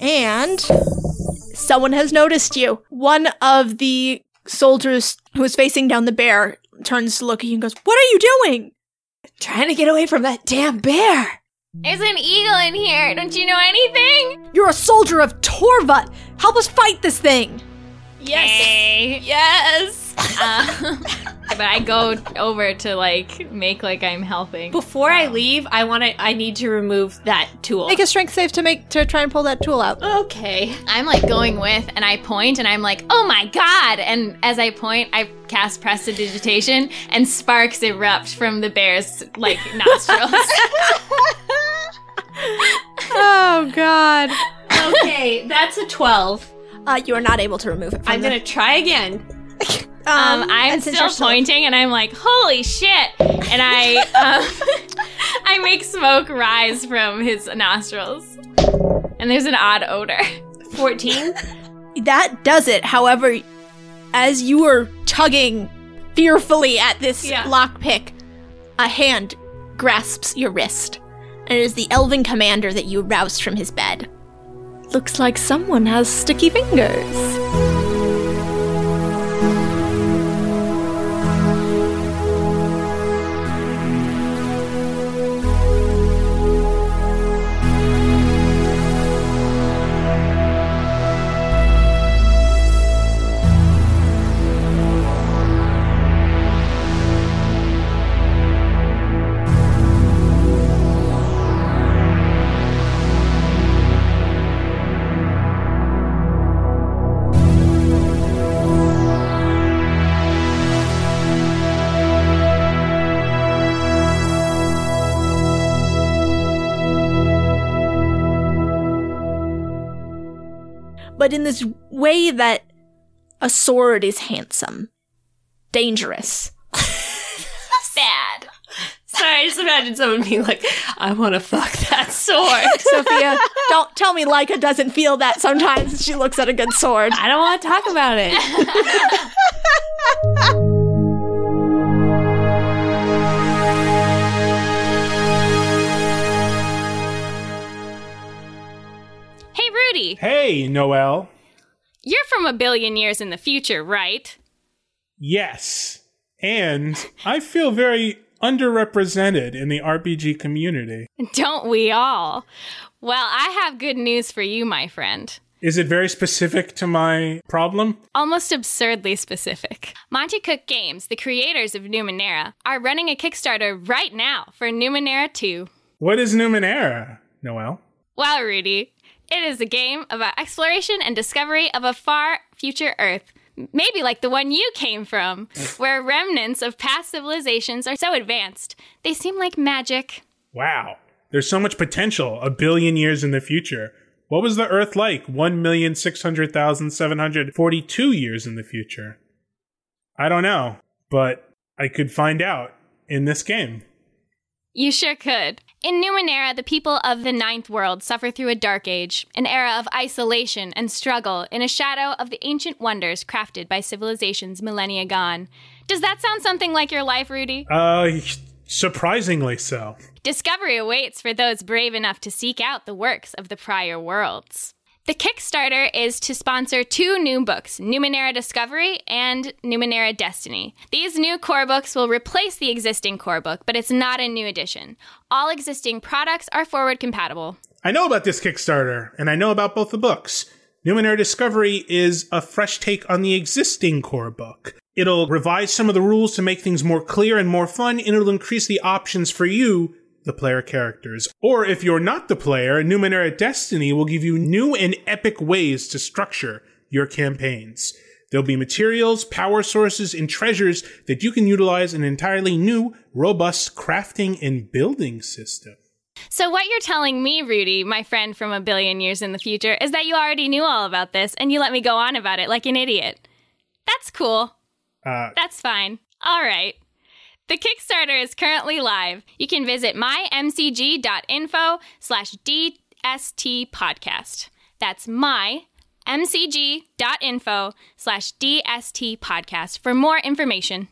Speaker 5: And someone has noticed you. One of the soldiers who is facing down the bear turns to look at you and goes, "What are you doing?"
Speaker 7: Trying to get away from that damn bear.
Speaker 4: There's an eagle in here. Don't you know anything?
Speaker 5: You're a soldier of Torva. Help us fight this thing.
Speaker 9: Hey.
Speaker 4: Yes.
Speaker 9: Um, but I go over to like make like I'm helping.
Speaker 3: Before I leave, I want to. I need to remove that
Speaker 5: (laughs)
Speaker 3: tool.
Speaker 5: Make a strength save to make to try and pull that tool out.
Speaker 3: okay.
Speaker 9: I'm like going with and I point and I'm like, oh my god! And as I point, I cast prestidigitation and sparks erupt from the bear's like (laughs) nostrils.
Speaker 5: Oh God!
Speaker 3: Okay, that's a twelve.
Speaker 5: Uh, you are not able to remove it. From
Speaker 3: I'm gonna
Speaker 5: (laughs)
Speaker 3: try again.
Speaker 5: the-
Speaker 9: Um, I'm
Speaker 5: and since you're
Speaker 9: still pointing and I'm like, holy shit! And
Speaker 3: (laughs)
Speaker 9: I um, (laughs) I make smoke rise from his nostrils. And there's an odd odor.
Speaker 3: Fourteen.
Speaker 5: That does it. However, as you were tugging fearfully at this
Speaker 3: Yeah.
Speaker 5: lockpick, a hand grasps your wrist, and it is the elven commander that you roused from his bed. Looks like someone has sticky fingers. but in this way that a sword is handsome, (laughs) dangerous.
Speaker 9: Bad.
Speaker 4: Sorry, I just imagine someone being like, I want to fuck
Speaker 5: (laughs)
Speaker 4: that sword.
Speaker 5: Sophia, don't tell me Leica doesn't feel that sometimes she looks at a good sword.
Speaker 4: I don't want to talk about it.
Speaker 9: Hey, Rudy,
Speaker 8: Hey, Noel.
Speaker 9: you're from a billion years in the future, right?
Speaker 8: Yes. And I feel very underrepresented in the RPG community.
Speaker 9: Don't we all? Well, I have good news for you, my friend.
Speaker 8: Is it very specific to my problem?
Speaker 9: Almost absurdly specific. Monty Cook Games, the creators of Numenera, are running a Kickstarter right now for Numenera 2.
Speaker 8: What is Numenera, Noel?
Speaker 9: Wow, Rudy. It is a game about exploration and discovery of a far future Earth. Maybe like the one you came from, where remnants of past civilizations are so advanced, they seem like magic.
Speaker 8: Wow. There's so much potential a billion years in the future. What was the Earth like 1,600,742 years in the future? I don't know, but I could find out in this game.
Speaker 9: You sure could. In Numenera, the people of the Ninth World suffer through a dark age, an era of isolation and struggle in a shadow of the ancient wonders crafted by civilizations millennia gone. Does that sound something like your life, Rudy?
Speaker 8: Uh, surprisingly so.
Speaker 9: Discovery awaits for those brave enough to seek out the works of the prior worlds. The Kickstarter is to sponsor two new books, Numenera Discovery and Numenera Destiny. These new core books will replace the existing core book, but it's not a new edition. All existing products are forward compatible.
Speaker 8: I know about this Kickstarter, and I know about both the books. Numenera Discovery is a fresh take on the existing core book. It'll revise some of the rules to make things more clear and more fun, and it'll increase the options for you, the player characters. Or if you're not the player, Numenera Destiny will give you new and epic ways to structure your campaigns. There'll be materials, power sources, and treasures that you can utilize in an entirely new, robust crafting and building system.
Speaker 9: So, what you're telling me, Rudy, my friend from a billion years in the future, is that you already knew all about this and you let me go on about it like an idiot. That's cool.
Speaker 8: Uh,
Speaker 9: That's fine. All right. The Kickstarter is currently live. You can visit mymcg.info slash DST podcast. That's my mcg.info slash DST podcast for more information.